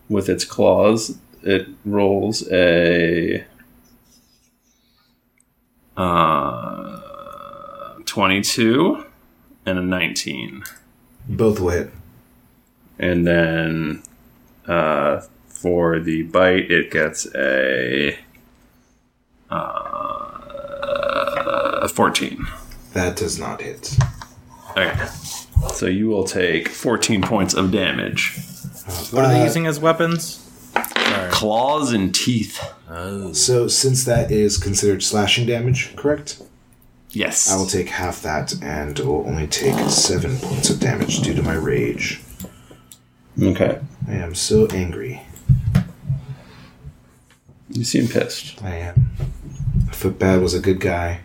F: with its claws. It rolls a uh, twenty-two and a nineteen
C: Both will hit.
F: and then uh, for the bite, it gets a uh, a fourteen.
C: That does not hit.
F: Okay, so you will take fourteen points of damage.
B: What
C: Uh,
B: are they using as weapons?
F: Claws and teeth.
C: So since that is considered slashing damage, correct?
F: Yes.
C: I will take half that and will only take seven points of damage due to my rage.
F: okay.
C: I am so angry.
F: You seem pissed.
C: I am. Footbad was a good guy.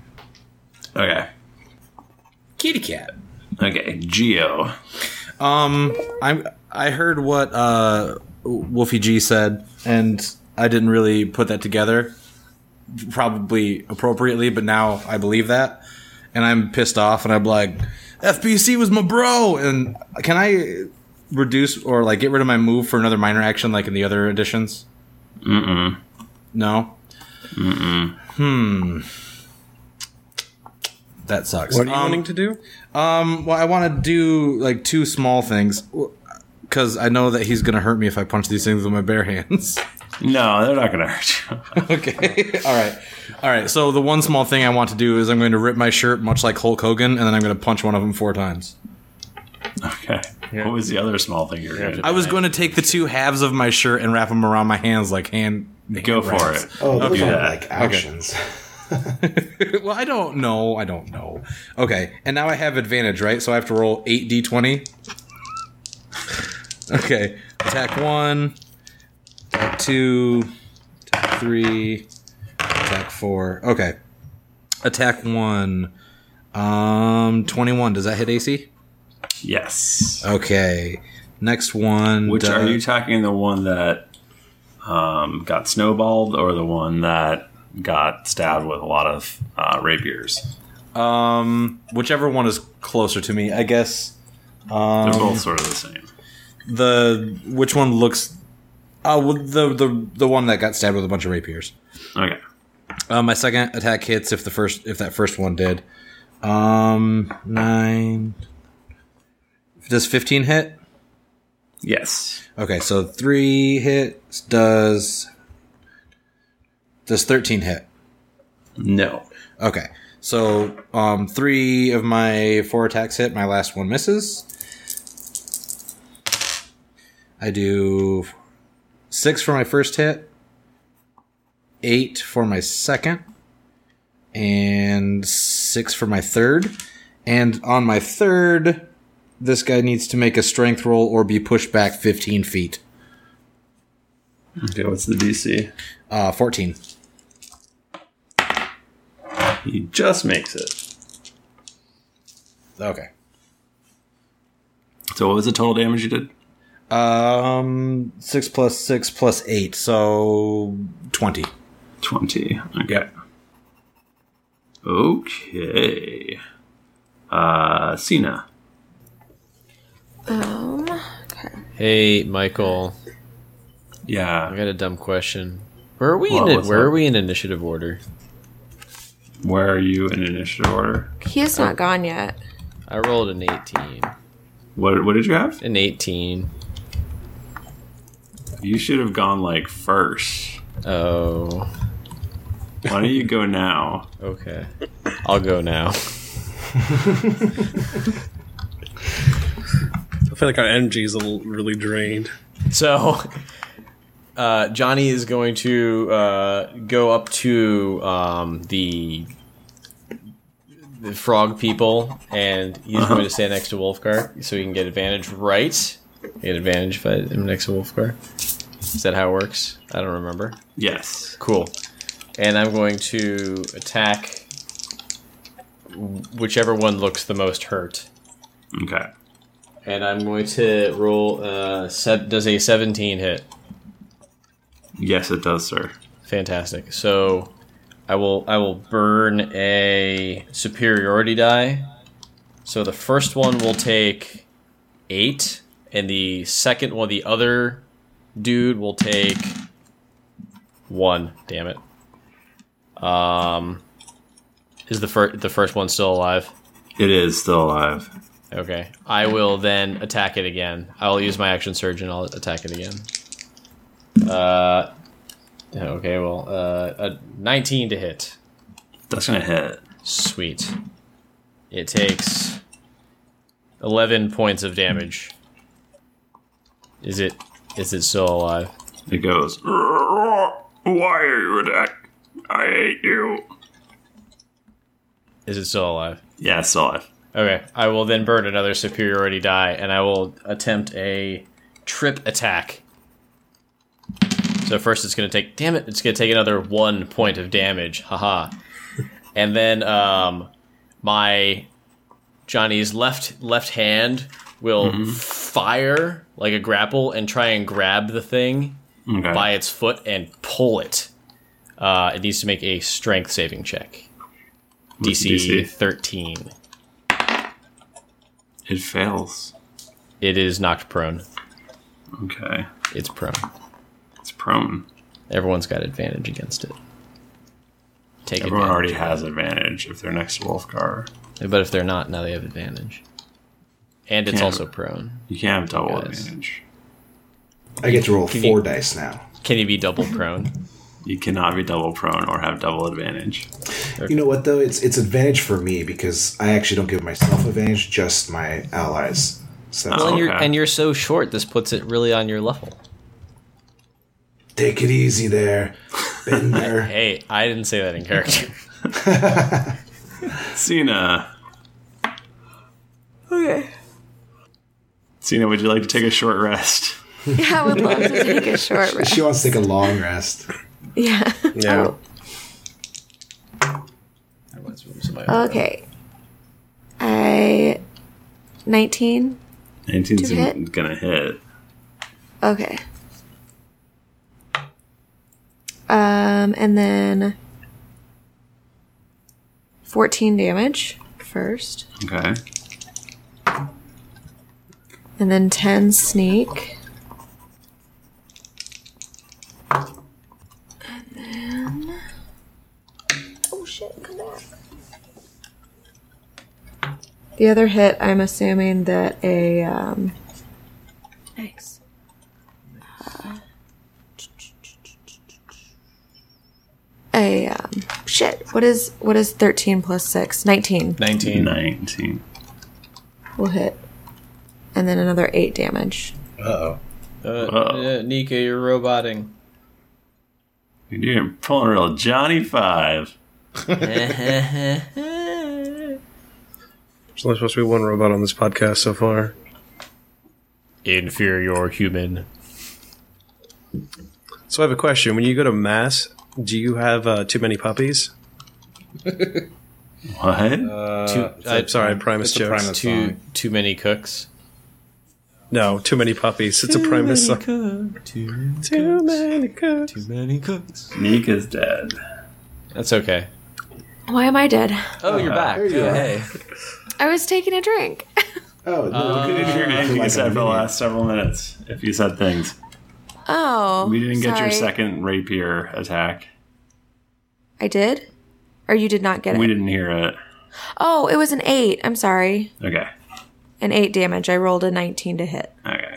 F: Okay.
H: Kitty cat.
F: Okay. Geo.
B: Um, I I heard what uh, Wolfie G said, and I didn't really put that together, probably appropriately, but now I believe that, and I'm pissed off, and I'm like, FBC was my bro, and can I reduce or like get rid of my move for another minor action like in the other editions? Mm-mm. No. Mm-mm. Hmm. That sucks.
E: What are you
B: Um,
E: wanting to do?
B: well, I want to do like two small things because I know that he's gonna hurt me if I punch these things with my bare hands.
F: No, they're not gonna hurt you.
B: okay, all right, all right. So the one small thing I want to do is I'm going to rip my shirt, much like Hulk Hogan, and then I'm going to punch one of them four times.
F: Okay. What was the other small thing you're gonna do?
B: I was going to take the two halves of my shirt and wrap them around my hands like hand.
F: go for it.
C: Oh, those
F: Okay.
C: are
F: Yeah.
C: like actions.
B: it. well, I don't know. I don't know. Okay, and now I have advantage, right? So I have to roll eight d20. Okay, attack one, attack two, attack three, attack four. Okay, attack one. Um, twenty-one. Does that hit AC?
F: Yes.
B: Okay. Next one.
F: Which
B: does-
F: are you attacking? The one that um, got snowballed, or the one that got stabbed with a lot of uh, rapiers?
B: um, whichever one is closer to me, I guess.
F: They're both sort of the same.
B: the which one looks uh well, the the the one that got stabbed with a bunch of rapiers
F: Okay.
B: uh, my second attack hits if the first if that first one did um nine does 15 hit
F: Yes.
B: okay so three hits does does 13 hit
F: No.
B: okay so um three of my four attacks hit my last one misses I do six for my first hit, eight for my second, and six for my third. And on my third, this guy needs to make a strength roll or be pushed back 15 feet.
F: Okay. What's the DC?
B: Uh, 14.
F: He just makes it.
B: Okay.
F: So what was the total damage you did?
B: Um, six plus six plus eight, so 20.
F: Twenty. Okay. Okay. Uh, Cena.
D: Um, okay.
A: Hey, Michael. I
F: Yeah.
A: got a dumb question. Where are we
F: What,
A: in?
F: what's
A: Where
F: up?
A: are we in initiative order?
F: Where are you in initiative order?
D: He is not gone yet.
A: I rolled an eighteen.
F: What What did you have?
A: An eighteen.
F: You should have gone like first.
A: Oh,
F: Why don't you go now?
A: okay. I'll go now.
E: I feel like our energy is a little really drained.
A: So, uh, Johnny is going to uh, go up to um, the the frog people, and he's going to stand next to Wolfgar, so he can get advantage. Right, get advantage if I am next to Wolfgar. Is that how it works? I don't remember.
F: Yes.
A: Cool. And I'm going to attack whichever one looks the most hurt.
F: Okay.
A: And I'm going to roll. Uh, set, does a 17 hit?
F: Yes, it does, sir.
A: Fantastic. So I will I will burn a superiority die. So the first one will take eight, and the second one, the other dude, will take one. Damn it. Um, is the first the first one still alive?
F: It is still alive.
A: Okay. I will then attack it again. I'll use my action surge and I'll attack it again. Uh, okay, well, uh, a 19 to hit.
F: That's gonna hit.
A: Sweet. It takes 11 points of damage. Is it is it still alive?
F: It goes. Why are you attack? I hate you.
A: Is it still alive?
F: Yeah, it's still alive.
A: Okay, I will then burn another superiority die, and I will attempt a trip attack. So first, it's going to take. Damn it! It's going to take another one point of damage. Haha. and then, um, my Johnny's left left hand will fire like a grapple and try and grab the thing
F: Okay.
A: by its foot and pull it. Uh, it needs to make a strength saving check.
F: DC?
A: DC 13.
F: It fails.
A: It is knocked prone.
F: Okay.
A: It's prone.
F: It's prone.
A: Everyone's got advantage against it. Take
F: Everyone
A: advantage.
F: already has advantage if they're next to Wolfgar.
A: But if they're not, now they have advantage. And it's
F: Can't-
A: also prone.
F: You can't have double
A: Yes.
F: advantage.
C: I get to roll
A: Can
C: four
A: you-
C: dice now.
A: Can you be double prone?
F: You cannot be double prone or have double advantage.
C: You know what though? It's it's advantage for me because I actually don't give myself advantage, just my allies. So that's
F: Oh.
A: and, you're,
F: Okay.
A: and you're so short, this puts it really on your level.
C: take it easy there, Bender.
A: Hey, I didn't say that in character.
F: Cena.
D: Okay.
F: Cena, would you like to take a short rest?
D: Yeah, I would love to take a short rest.
C: she wants to take a long rest.
D: Yeah.
E: Yeah.
D: Oh, Okay. I. 19?
F: 19's
D: To hit?
F: gonna hit.
D: Okay. Um, and then. 14 damage first.
F: Okay.
D: And then 10 sneak. And then. Oh shit, come back. The other hit, I'm assuming that a. Um, Thanks. A um, shit. What is what is thirteen plus six? Nineteen
A: 19.
F: 19.
D: will hit, and then another eight damage.
A: Uh, uh, Nika, you're roboting.
F: You're pulling a real Johnny Five.
E: There's only supposed to be one robot on this podcast so far.
A: Inferior human.
E: So I have a question. When you go to mass, do you have uh, too many puppies?
F: What?
A: Too- I-
E: I'm sorry, Primus
B: it's a
E: jokes.
B: Primus uh,
A: Too
B: song.
A: too many cooks.
E: No, too many puppies. It's a Primus. song. Too many cooks.
G: Too many cooks.
F: Nika's dead.
A: That's okay.
D: Why am I dead?
G: Oh, you're back.
C: There you
G: Oh,
C: are.
G: hey.
D: I was taking a drink.
C: Oh, no,
F: We didn't hear anything
C: like
F: you
C: a
F: said for the
C: minion.
F: last several minutes. If you said things,
D: Oh.
F: we didn't get
D: sorry.
F: your second rapier attack.
D: I did? Or you did not get
F: We
D: it?
F: didn't hear it.
D: Oh, it was an 8. I'm sorry.
F: Okay.
D: An 8 damage. I rolled a 19 to hit.
F: Okay.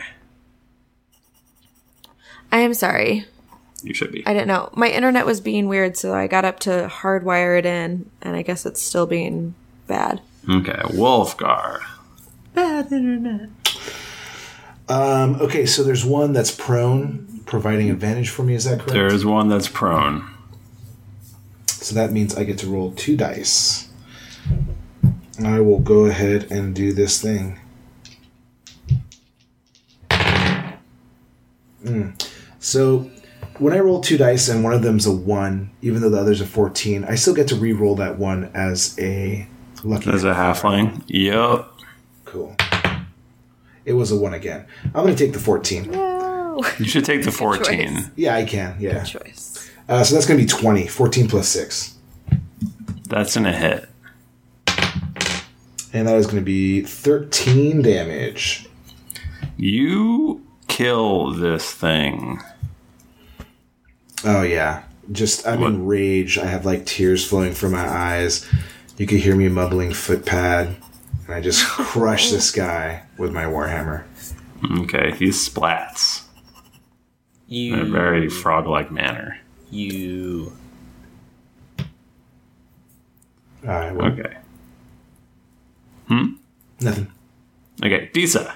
D: I am sorry.
F: You should be.
D: I didn't know. My internet was being weird, so I got up to hardwire it in, and I guess it's still being bad.
F: Okay. Wolfgar.
D: Bad internet.
C: Um, okay, so there's one that's prone, providing advantage for me. Is that correct?
F: There is one that's prone.
C: So that means I get to roll two dice. And I will go ahead and do this thing. Mm. So when I roll two dice and one of them's a one, even though the other's a fourteen, I still get to re-roll that one as a lucky.
F: There's a halfling. Yup.
C: Cool. It was a one again. I'm gonna take the fourteen.
D: know.
F: You should take the
D: choice.
F: 14.
C: Yeah, I can. Yeah.
D: Good choice.
C: Uh, so that's going to be 20. 14 plus 6.
F: That's in a hit.
C: And that is going to be 13 damage.
F: You kill this thing.
C: Oh, yeah. Just, I'm in rage. I have like tears flowing from my eyes. You could hear me mumbling footpad. And I just crush this guy with my Warhammer.
F: Okay, he splats in a
A: You,
F: very frog like manner.
A: you.
C: Uh, well,
F: Okay.
C: Nothing.
F: Okay, Disa.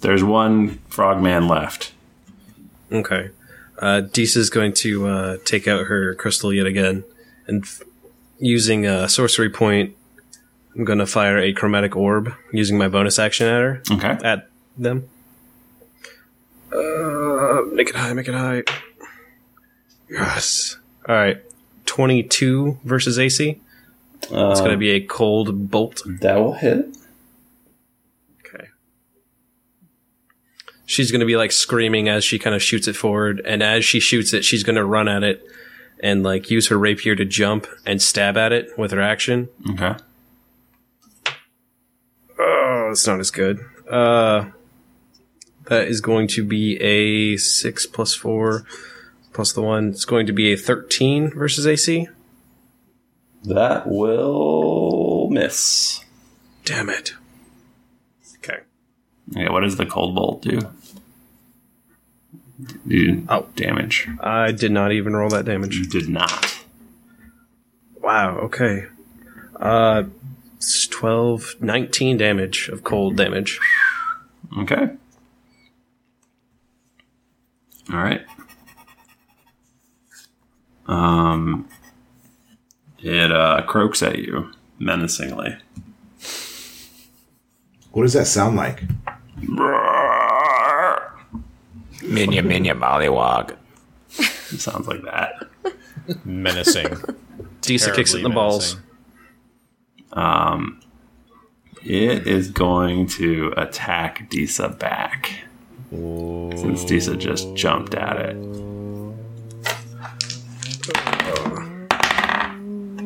F: There's one frogman left.
E: Okay. Uh, Deesa's going to uh, take out her crystal yet again, and f- using a sorcery point, I'm going to fire a chromatic orb using my bonus action at her
F: Okay.
E: at them. Uh, make it high, make it high. Yes. All right. Twenty-two versus AC. It's going to be a cold bolt.
F: That will hit.
E: Okay. She's going to be like screaming as she kind of shoots it forward. And as she shoots it, she's going to run at it and like use her rapier to jump and stab at it with her action.
F: Okay.
E: Oh, that's not as good. Uh, that is going to be a 6 plus 4 plus the 1. It's going to be a 13 versus AC.
F: That will miss.
E: Damn it. Okay.
F: Okay, what does the cold bolt do? You
E: Oh.
F: damage.
E: I did not even roll that damage.
F: You did not.
E: Wow, okay. Uh, it's 12, 19 damage of cold damage.
F: Okay. All right. Um, it uh, croaks at you menacingly.
C: What does that sound like?
H: Minya, minya, mollywog.
F: It sounds like that.
A: Menacing.
E: Disa kicks it in the
A: Terribly
E: balls.
A: menacing.
F: It is going to attack Disa back. Since Disa just jumped at it.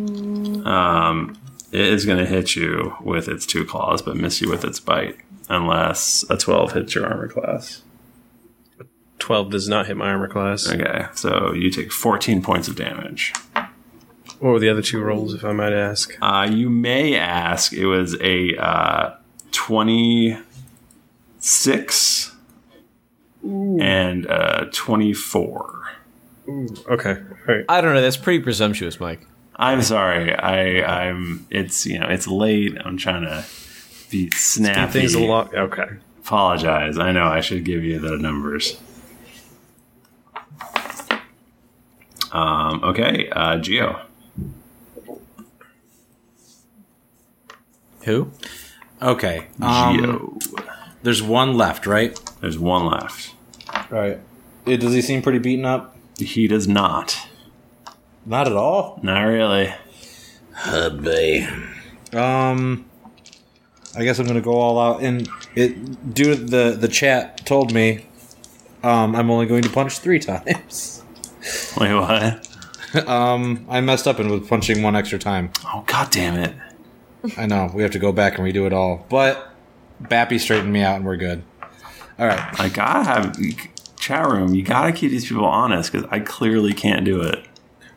F: Um, it is going to hit you with its two claws, but miss you with its bite, unless a 12 hits your armor class.
E: 12 does not hit my armor class.
F: Okay, so you take 14 points of damage.
E: What were the other two rolls, if I might ask?
F: Uh, you may ask, it was a uh, 26 and uh, a 24.
E: Okay, all right.
A: I don't know. That's pretty presumptuous, Mike.
F: I'm sorry. I, I'm. It's you know. It's late. I'm trying to be snappy.
E: Things a lot. Okay.
F: Apologize. I know. I should give you the numbers. Um. Okay. Uh. Geo.
A: Who?
B: Okay. Um,
F: Geo.
B: There's one left, right?
F: There's one left.
B: Right. It, does he seem pretty beaten up?
F: He does not.
B: Not at all.
F: Not really.
H: Hubby.
B: Um, I guess I'm gonna go all out. And it, due to the the chat told me, um, I'm only going to punch three times.
F: Wait, what?
B: Um, I messed up and was punching one extra time.
F: Oh, god damn it.
B: I know we have to go back and redo it all, but Bappy straightened me out and we're good. All right.
F: Like, I have. Chat room, you gotta keep these people honest because I clearly can't do it.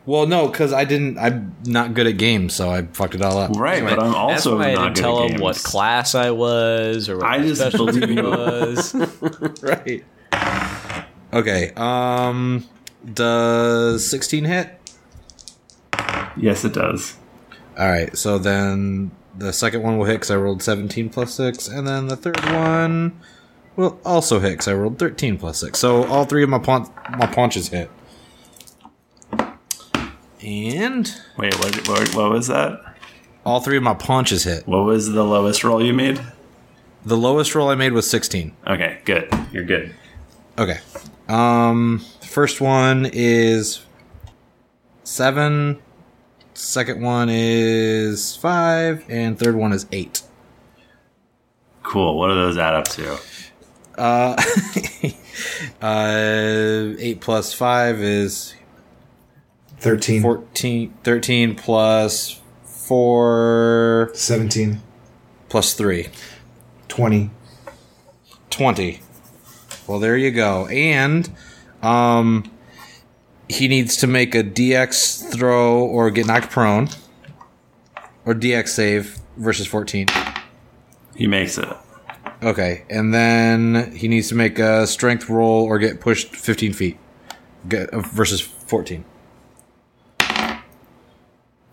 B: Well, no, because I didn't. I'm not good at games, so I fucked it all up.
F: Right, but I'm also
A: That's why
F: not
A: I didn't
F: good
A: tell
F: at
A: him
F: games.
A: what class I was or what
F: I
A: my
F: just
A: specialty
F: believe you.
A: was.
B: Right. Okay. Um. Does 16 hit?
F: Yes, it does.
B: All right. So then the second one will hit because I rolled 17 plus six, and then the third one will also hit because I rolled 13 plus six. So all three of my paun- my paunches hit. And
F: Wait, what, what, what was that?
B: all three of my paunches hit.
F: What was the lowest roll you made?
B: The lowest roll I made was 16.
F: Okay, good. You're good.
B: Okay. Um, first one is seven. Second one is five, and third one is eight.
F: Cool. What do those add up to?
B: Uh, uh, 8 plus 5 is
C: 13.
B: 14. 13 plus 4
C: 17.
B: plus 3.
C: 20.
B: 20. Well, there you go. And um, he needs to make a DX throw or get knocked prone or DX save versus 14.
F: He makes it.
B: Okay. And then he needs to make a strength roll or get pushed 15 feet Get- uh, versus 14.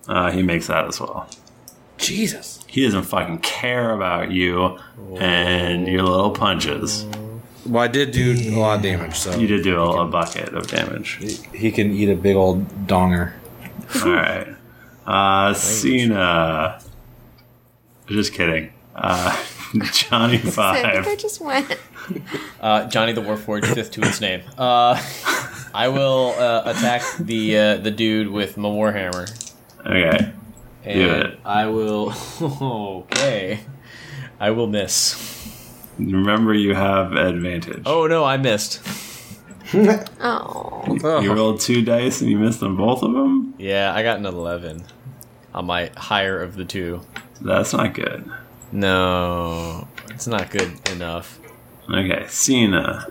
F: Uh, he makes that as well.
B: Jesus.
F: He doesn't fucking care about you and your little punches.
B: Well, I did do a lot of damage,
F: You
B: so
F: did do a, a bucket of damage.
B: he can eat a big old donger.
F: All right. Uh, Cena. Just kidding. Uh, Johnny
D: I think I
F: Five.
D: just went.
A: Uh, Johnny the Warforged, fifth to its name. Uh, I will uh, attack the uh, the dude with my warhammer.
F: Okay.
A: And
F: it.
A: I will. Okay. I will miss.
F: Remember, you have advantage.
A: Oh no, I missed.
D: Oh,
F: You rolled two dice and you missed on both of them?
A: Yeah, I got an 11 on my higher of the two.
F: That's not good.
A: No, it's not good enough.
F: Okay, Cena.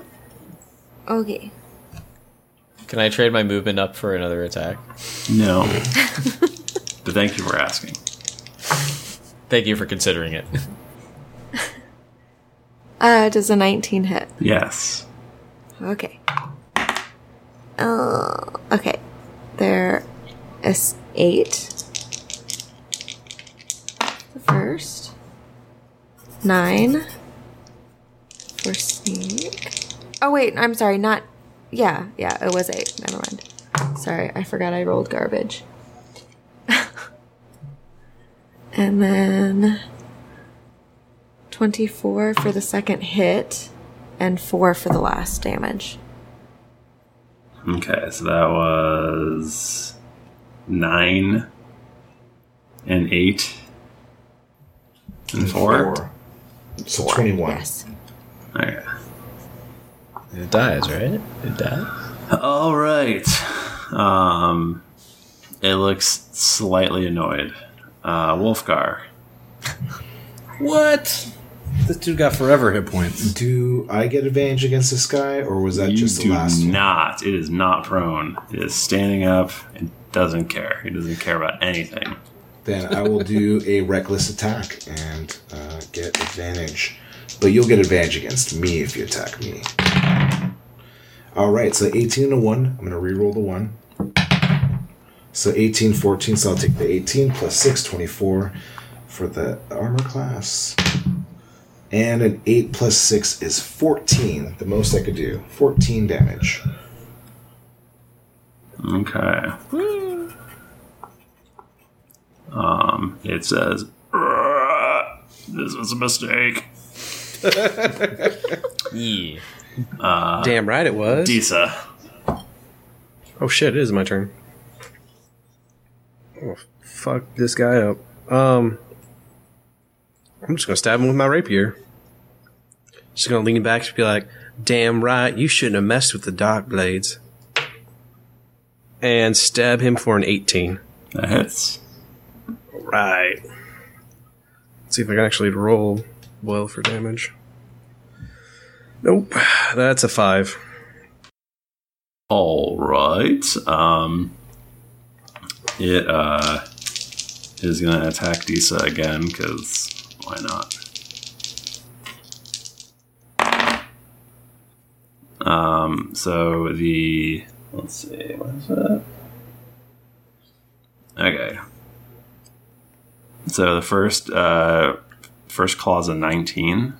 D: okay.
A: Can I trade my movement up for another attack?
F: No. but thank you for asking.
A: Thank you for considering it.
D: Uh, does a 19 hit?
F: Yes.
D: Okay. Uh, okay. There is eight. The first. Nine. For sneak. Oh, wait. I'm sorry. Not. Yeah, yeah. It was eight. Never mind. Sorry. I forgot I rolled garbage. and then. 24 for the second hit and four for the last damage.
F: Okay, so that was nine and eight and four.
C: So 21.
D: Yes.
F: Okay.
A: It dies, right? It dies.
F: All right. Um, it looks slightly annoyed. Uh, Wolfgar.
B: What? This dude got forever hit points.
C: Do I get advantage against this guy, or was that
F: You
C: just the
F: do
C: last one?
F: not. It is not prone. It is standing up. It doesn't care. It doesn't care about anything.
C: Then I will do a reckless attack and uh, get advantage. But you'll get advantage against me if you attack me. All right, so 18 to 1. I'm going to re-roll the 1. So 18, 14. So I'll take the 18 plus 6, 24 for the armor class. And an 8 plus 6 is 14. The most I could do. 14 damage.
F: Okay. Um, it says, "Ugh, "This was a mistake."
A: Yeah.
E: Damn right it was.
F: Disa.
E: oh shit! It is my turn. Oh, fuck this guy up. Um, I'm just gonna stab him with my rapier. Just gonna lean back to be like, "Damn right, you shouldn't have messed with the dark blades." And stab him for an 18.
F: That hits.
E: Right. Let's see if I can actually roll well for damage. Nope. That's a five.
F: All right. Um, it uh is gonna attack Disa again because why not? Um, so the let's see, what is that? Okay. So the first uh first claw's a nineteen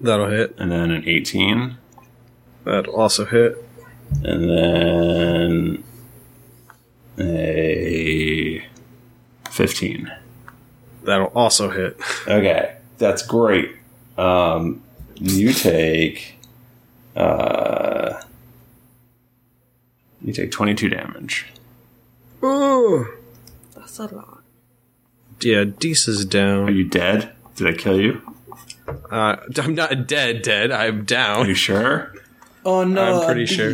E: That'll hit.
F: and then an eighteen.
E: That'll also hit.
F: And then a 15.
E: That'll also hit.
F: Okay, that's great. Um, you take uh, you take 22 damage.
E: Ooh.
D: That's a lot.
E: Yeah, Dees is
F: Are
E: down.
F: you dead? Did I kill you?
E: Uh, I'm not dead, dead. I'm down.
F: You sure?
B: Oh no!
E: I'm pretty sure.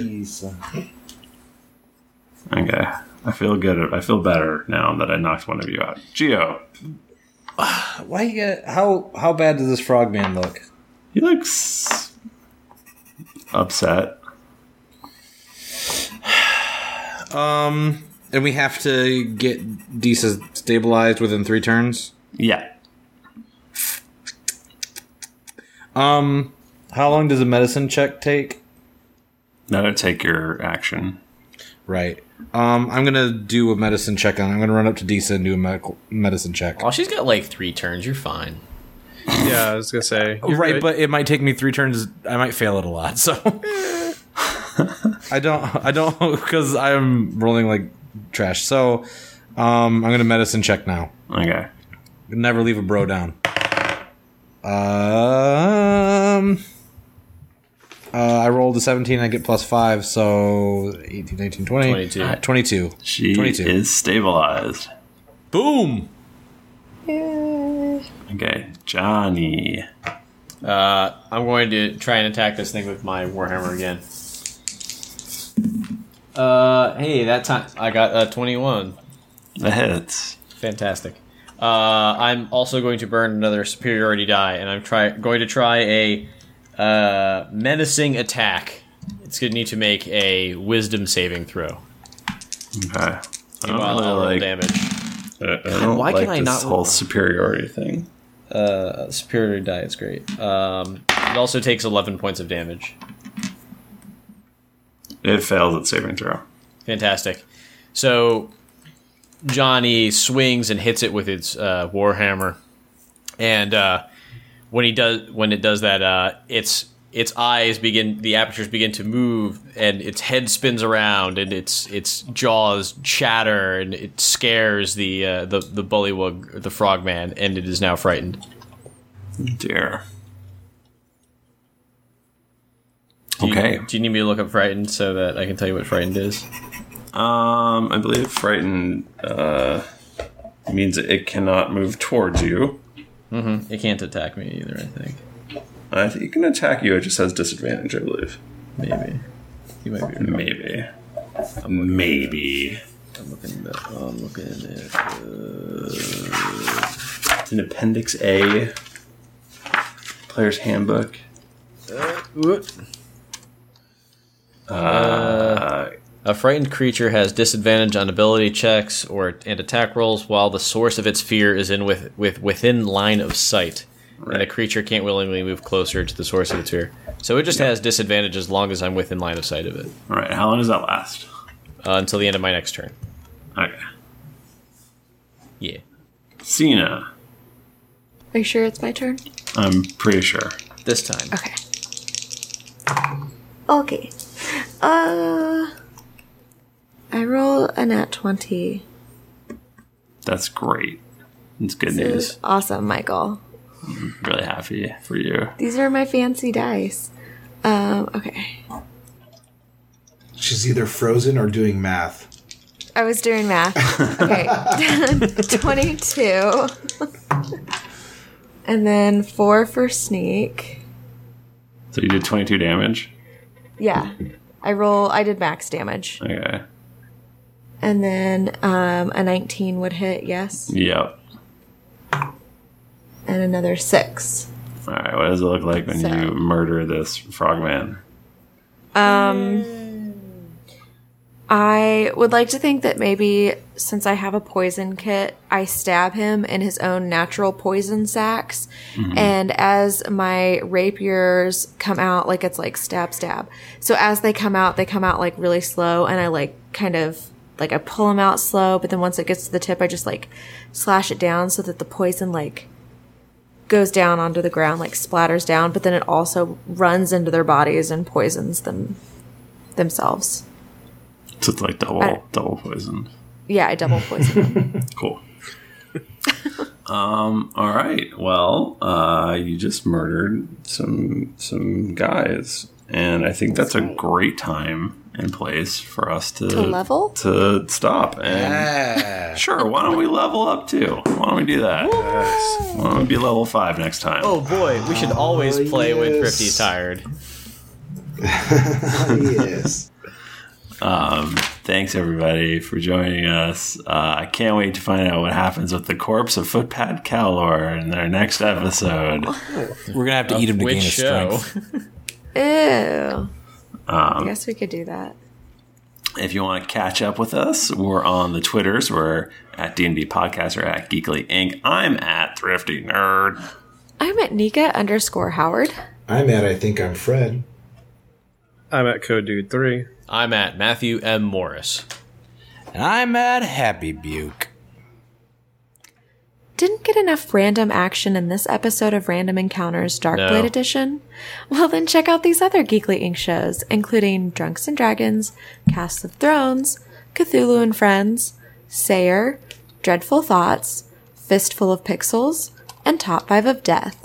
F: Okay. I feel good. I feel better now that I knocked one of you out. Geo,
B: Why? You got, how how bad does this frogman look?
F: he looks upset.
B: Um, and we have to get Disa stabilized within three turns.
F: Yeah.
B: Um, how long does a medicine check take?
F: That'll take your action.
B: Right. Um, I'm gonna do a medicine check on. I'm gonna run up to Disa and do a medical medicine check.
A: Oh, she's got like three turns. You're fine.
E: Yeah, I was gonna say. you're
B: right,
E: good.
B: but it might take me three turns. I might fail it a lot, so I don't. I don't because I'm rolling like trash. So um, I'm gonna medicine check now.
F: Okay.
B: Never leave a bro down. Um, uh, I rolled a 17. I get plus 5, so 18, 19, 20.
A: 22.
B: 22.
F: She
B: 22.
F: is stabilized.
B: Boom!
F: Okay. Johnny.
A: Uh, I'm going to try and attack this thing with my warhammer again. Uh, hey, that time I got uh, 21.
F: The hits.
A: Fantastic. Uh, I'm also going to burn another superiority die, and I'm try going to try a uh, menacing attack. It's going to need to make a wisdom saving throw.
F: Okay. I don't
A: Meanwhile, I'll roll
F: really like,
A: damage.
F: I- I don't
A: why
F: like
A: can I
F: this
A: not-
F: whole superiority thing.
A: Uh, superiority die is great. Um, it also takes 11 points of damage.
F: It fails at saving throw.
A: Fantastic. So Johnny swings and hits it with its uh, warhammer, and uh, when he does, when it does that, uh, its its eyes begin, the apertures begin to move, and its head spins around, and its its jaws chatter, and it scares the uh, the the bullywug, the frogman, and it is now frightened.
F: Dear.
A: Do you-
F: Okay.
A: Do you need me to look up frightened so that I can tell you what frightened is?
F: Um, I believe frightened uh, means it cannot move towards you.
A: It can't attack me either. I think
F: I think it can attack you. It just has disadvantage, I believe.
A: maybe you might be. Right.
F: Maybe. Um, Maybe.
A: I'm looking. At, I'm looking Uh, at.
F: It's in Appendix A, Player's Handbook.
A: A frightened creature has disadvantage on ability checks or and attack rolls while the source of its fear is in with, with within line of sight. And a creature can't willingly move closer to the source of its fear. So it just has disadvantage as long as I'm within line of sight of it
F: All right, how long does that last?
A: uh, until the end of my next turn.
F: Okay.
A: Yeah.
F: Cena,
D: Are you sure it's my turn?
F: I'm pretty sure.
A: This time.
D: Okay. Okay. Uh, I roll a nat 20.
F: That's great. It's good news.
D: Awesome, Michael.
F: Really happy for you.
D: These are my fancy dice. Um, okay.
C: She's either frozen or doing math.
D: I was doing math. Okay. 22. and then 4 for sneak.
F: So you did 22 damage.
D: Yeah. I roll, I did max damage.
F: Okay.
D: And then um, a 19 would hit, yes.
F: Yep.
D: And another 6.
F: All right. What does it look like when
D: So-
F: you murder this frogman?
D: Um, I would like to think that maybe since I have a poison kit, I stab him in his own natural poison sacs. And as my rapiers come out, like it's like stab, stab. So as they come out, they come out like really slow. And I like kind of like I pull them out slow. But then once it gets to the tip, I just like slash it down so that the poison like goes down onto the ground, like splatters down. But then it also runs into their bodies and poisons them themselves.
F: So it's like double,
D: I-
F: double poison.
D: Yeah, I double poison.
F: Cool. um. All right. Well, uh, you just murdered some some guys, and I think that's a great time in place for us to,
D: To level?
F: to stop. And sure, why don't we level up too? Why don't we do that? Why don't we be level five next time?
A: Oh boy, we should
B: Oh,
A: always play when
C: yes.
A: Thrifty's tired.
C: yes.
F: Um, thanks everybody for joining us. Uh, I can't wait to find out what happens with the corpse of Footpad Calor in their next episode.
B: We're gonna have to eat him to gain
A: Which
B: his
A: show?
B: strength.
D: Ew. I guess we could do that.
F: If you want to catch up with us, we're on the Twitters. We're at D&D Podcast or at Geekly Inc. I'm at Thrifty Nerd.
D: I'm at Nika underscore Howard.
C: I'm at I think I'm Fred.
E: I'm at Code Dude Three.
A: I'm at Matthew M. Morris.
B: And I'm at Happy Buke.
D: Didn't get enough random action in this episode of Random Encounters Dark
A: No.
D: Blade Edition? Well, then check out these other Geekly Inc. shows, including Drunks and Dragons, Cast of Thrones, Cthulhu and Friends, Sayer, Dreadful Thoughts, Fistful of Pixels, and Top 5 of Death.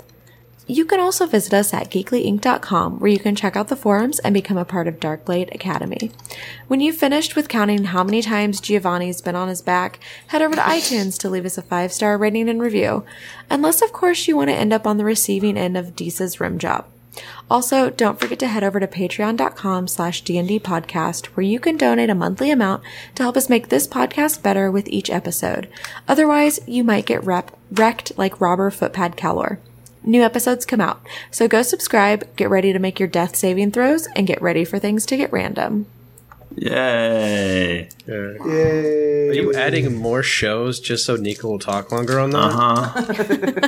D: You can also visit us at geeklyinc.com where you can check out the forums and become a part of Darkblade Academy. When you've finished with counting how many times Giovanni's been on his back, head over to iTunes to leave us a five star rating and review. Unless, of course, you want to end up on the receiving end of Deesa's rim job. Also, don't forget to head over to patreon.com slash DND podcast where you can donate a monthly amount to help us make this podcast better with each episode. Otherwise, you might get rep- wrecked like robber footpad calor. New episodes come out, so go subscribe, get ready to make your death saving throws, and get ready for things to get random.
F: Yay.
E: Are you adding more shows just so Nico will talk longer on that?
F: Yep.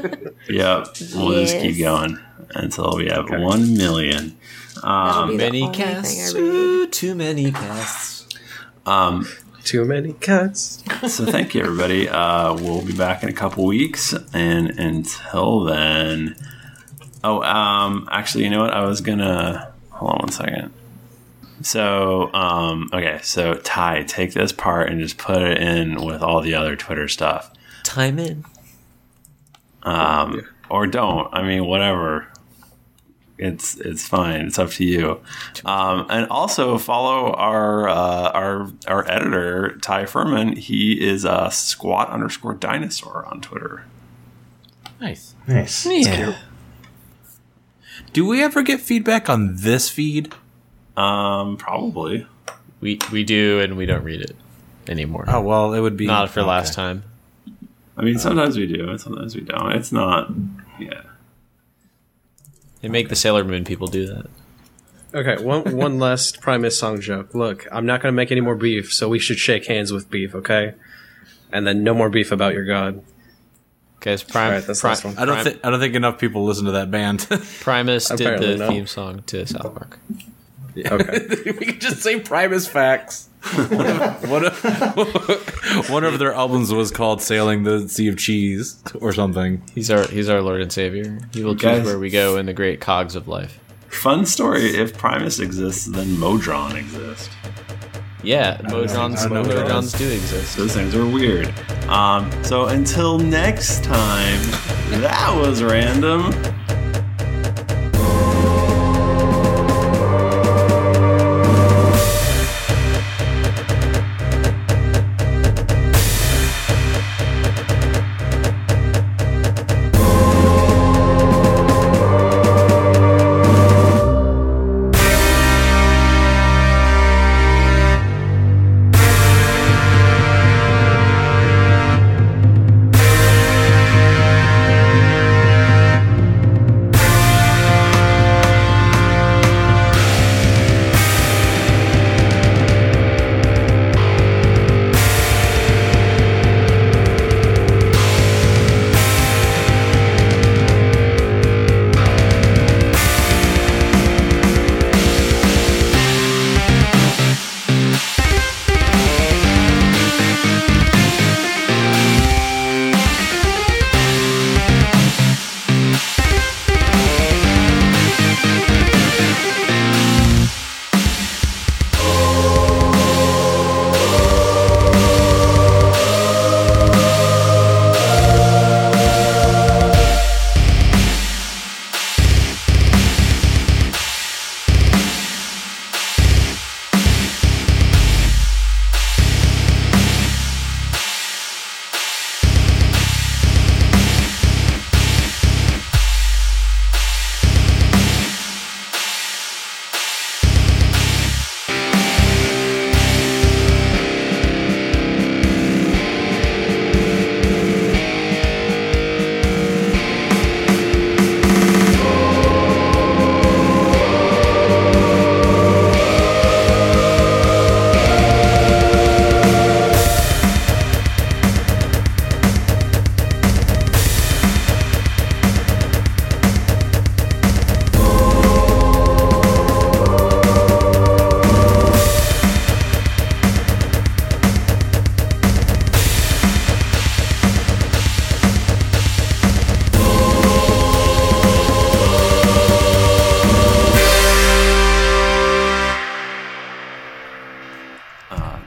F: We'll just keep
D: Yes.
F: going until we have 1 million.
D: That'll be the
G: Many
D: only thing I
G: casts.
D: read.
G: Ooh, too many casts.
F: Um,
E: Too many cuts.
F: so thank you, everybody. Uh, we'll be back in a couple weeks. And until then. Oh, um, actually, you know what? I was going to. Hold on one second. So, um, okay. So, Ty, take this part and just put it in with all the other Twitter stuff.
G: Time in.
F: um, or don't. I mean, whatever. It's it's fine. It's up to you. Um, and also follow our uh, our our editor Ty Furman. He is uh, squat underscore dinosaur on Twitter.
B: Nice.
C: Nice.
G: Yeah.
B: Do we ever get feedback on this feed?
F: Um, probably.
A: We we do, and we don't read it anymore.
B: Oh well, it would be
A: Not for last
B: okay.
A: time.
F: I mean, sometimes we do, and sometimes we don't. It's not. Yeah.
A: They make the Sailor Moon people do that.
E: Okay, one one last Primus song joke. Look, I'm not gonna make any more beef, so we should shake hands with beef, okay? And then no more beef about your god.
A: Okay, it's Prime,
E: Alright, that's the
A: Prime-
E: last one.
B: I don't
A: Prime-
B: think I don't think enough people listen to that band.
A: Primus did
E: Apparently
A: the
E: not.
A: theme song to South Park.
E: Okay.
B: we can just say Primus Facts. one, of, one of their albums was called "Sailing the Sea of Cheese" or something.
A: He's our he's our Lord and Savior. He will choose
F: guys-
A: where we go in the great cogs of life.
F: Fun story. If Primus exists, then Modron exists.
A: Yeah, Modrons,
B: know who that
A: Modrons do exist.
F: Those things are weird. Um, so until next time, that was random.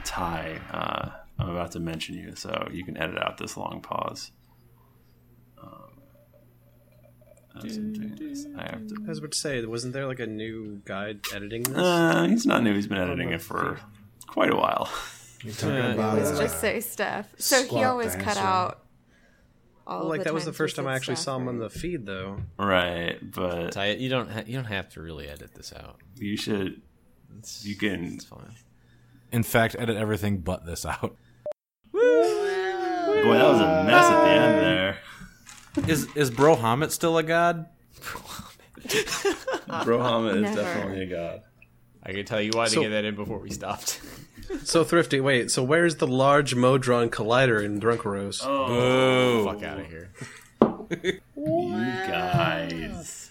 F: Kai, uh, I'm about to mention you, so you can edit out this long pause. Um, that's interesting. I have to.
E: I was about to say, wasn't there like a new guide editing this?
F: Uh, he's not new. He's been editing it for quite a while.
C: You're talking about
D: Let's
C: uh,
D: just say stuff. So he
C: squat
D: always cut
C: dinosaur.
D: out. All
E: like
D: of
E: that was the
D: times we
E: first time
D: did
E: I actually
D: stuff,
E: saw him on
D: right?
E: the feed, though.
F: Right, but
G: Ty, you don't ha- you don't have to really edit this out.
F: you should. You can.
G: It's fine.
B: In fact, edit everything but this out.
F: Boy, that was a mess at the end there.
B: Is is Bro Hamet still a god?
F: Brohama is
D: Never.
F: definitely a god.
A: I can tell you why
E: So-
A: to get that in before we stopped.
E: So thrifty. Wait, so where's the large Modron collider in Drunkaros?
F: Oh,
B: Boo.
A: Fuck out of here.
F: you guys.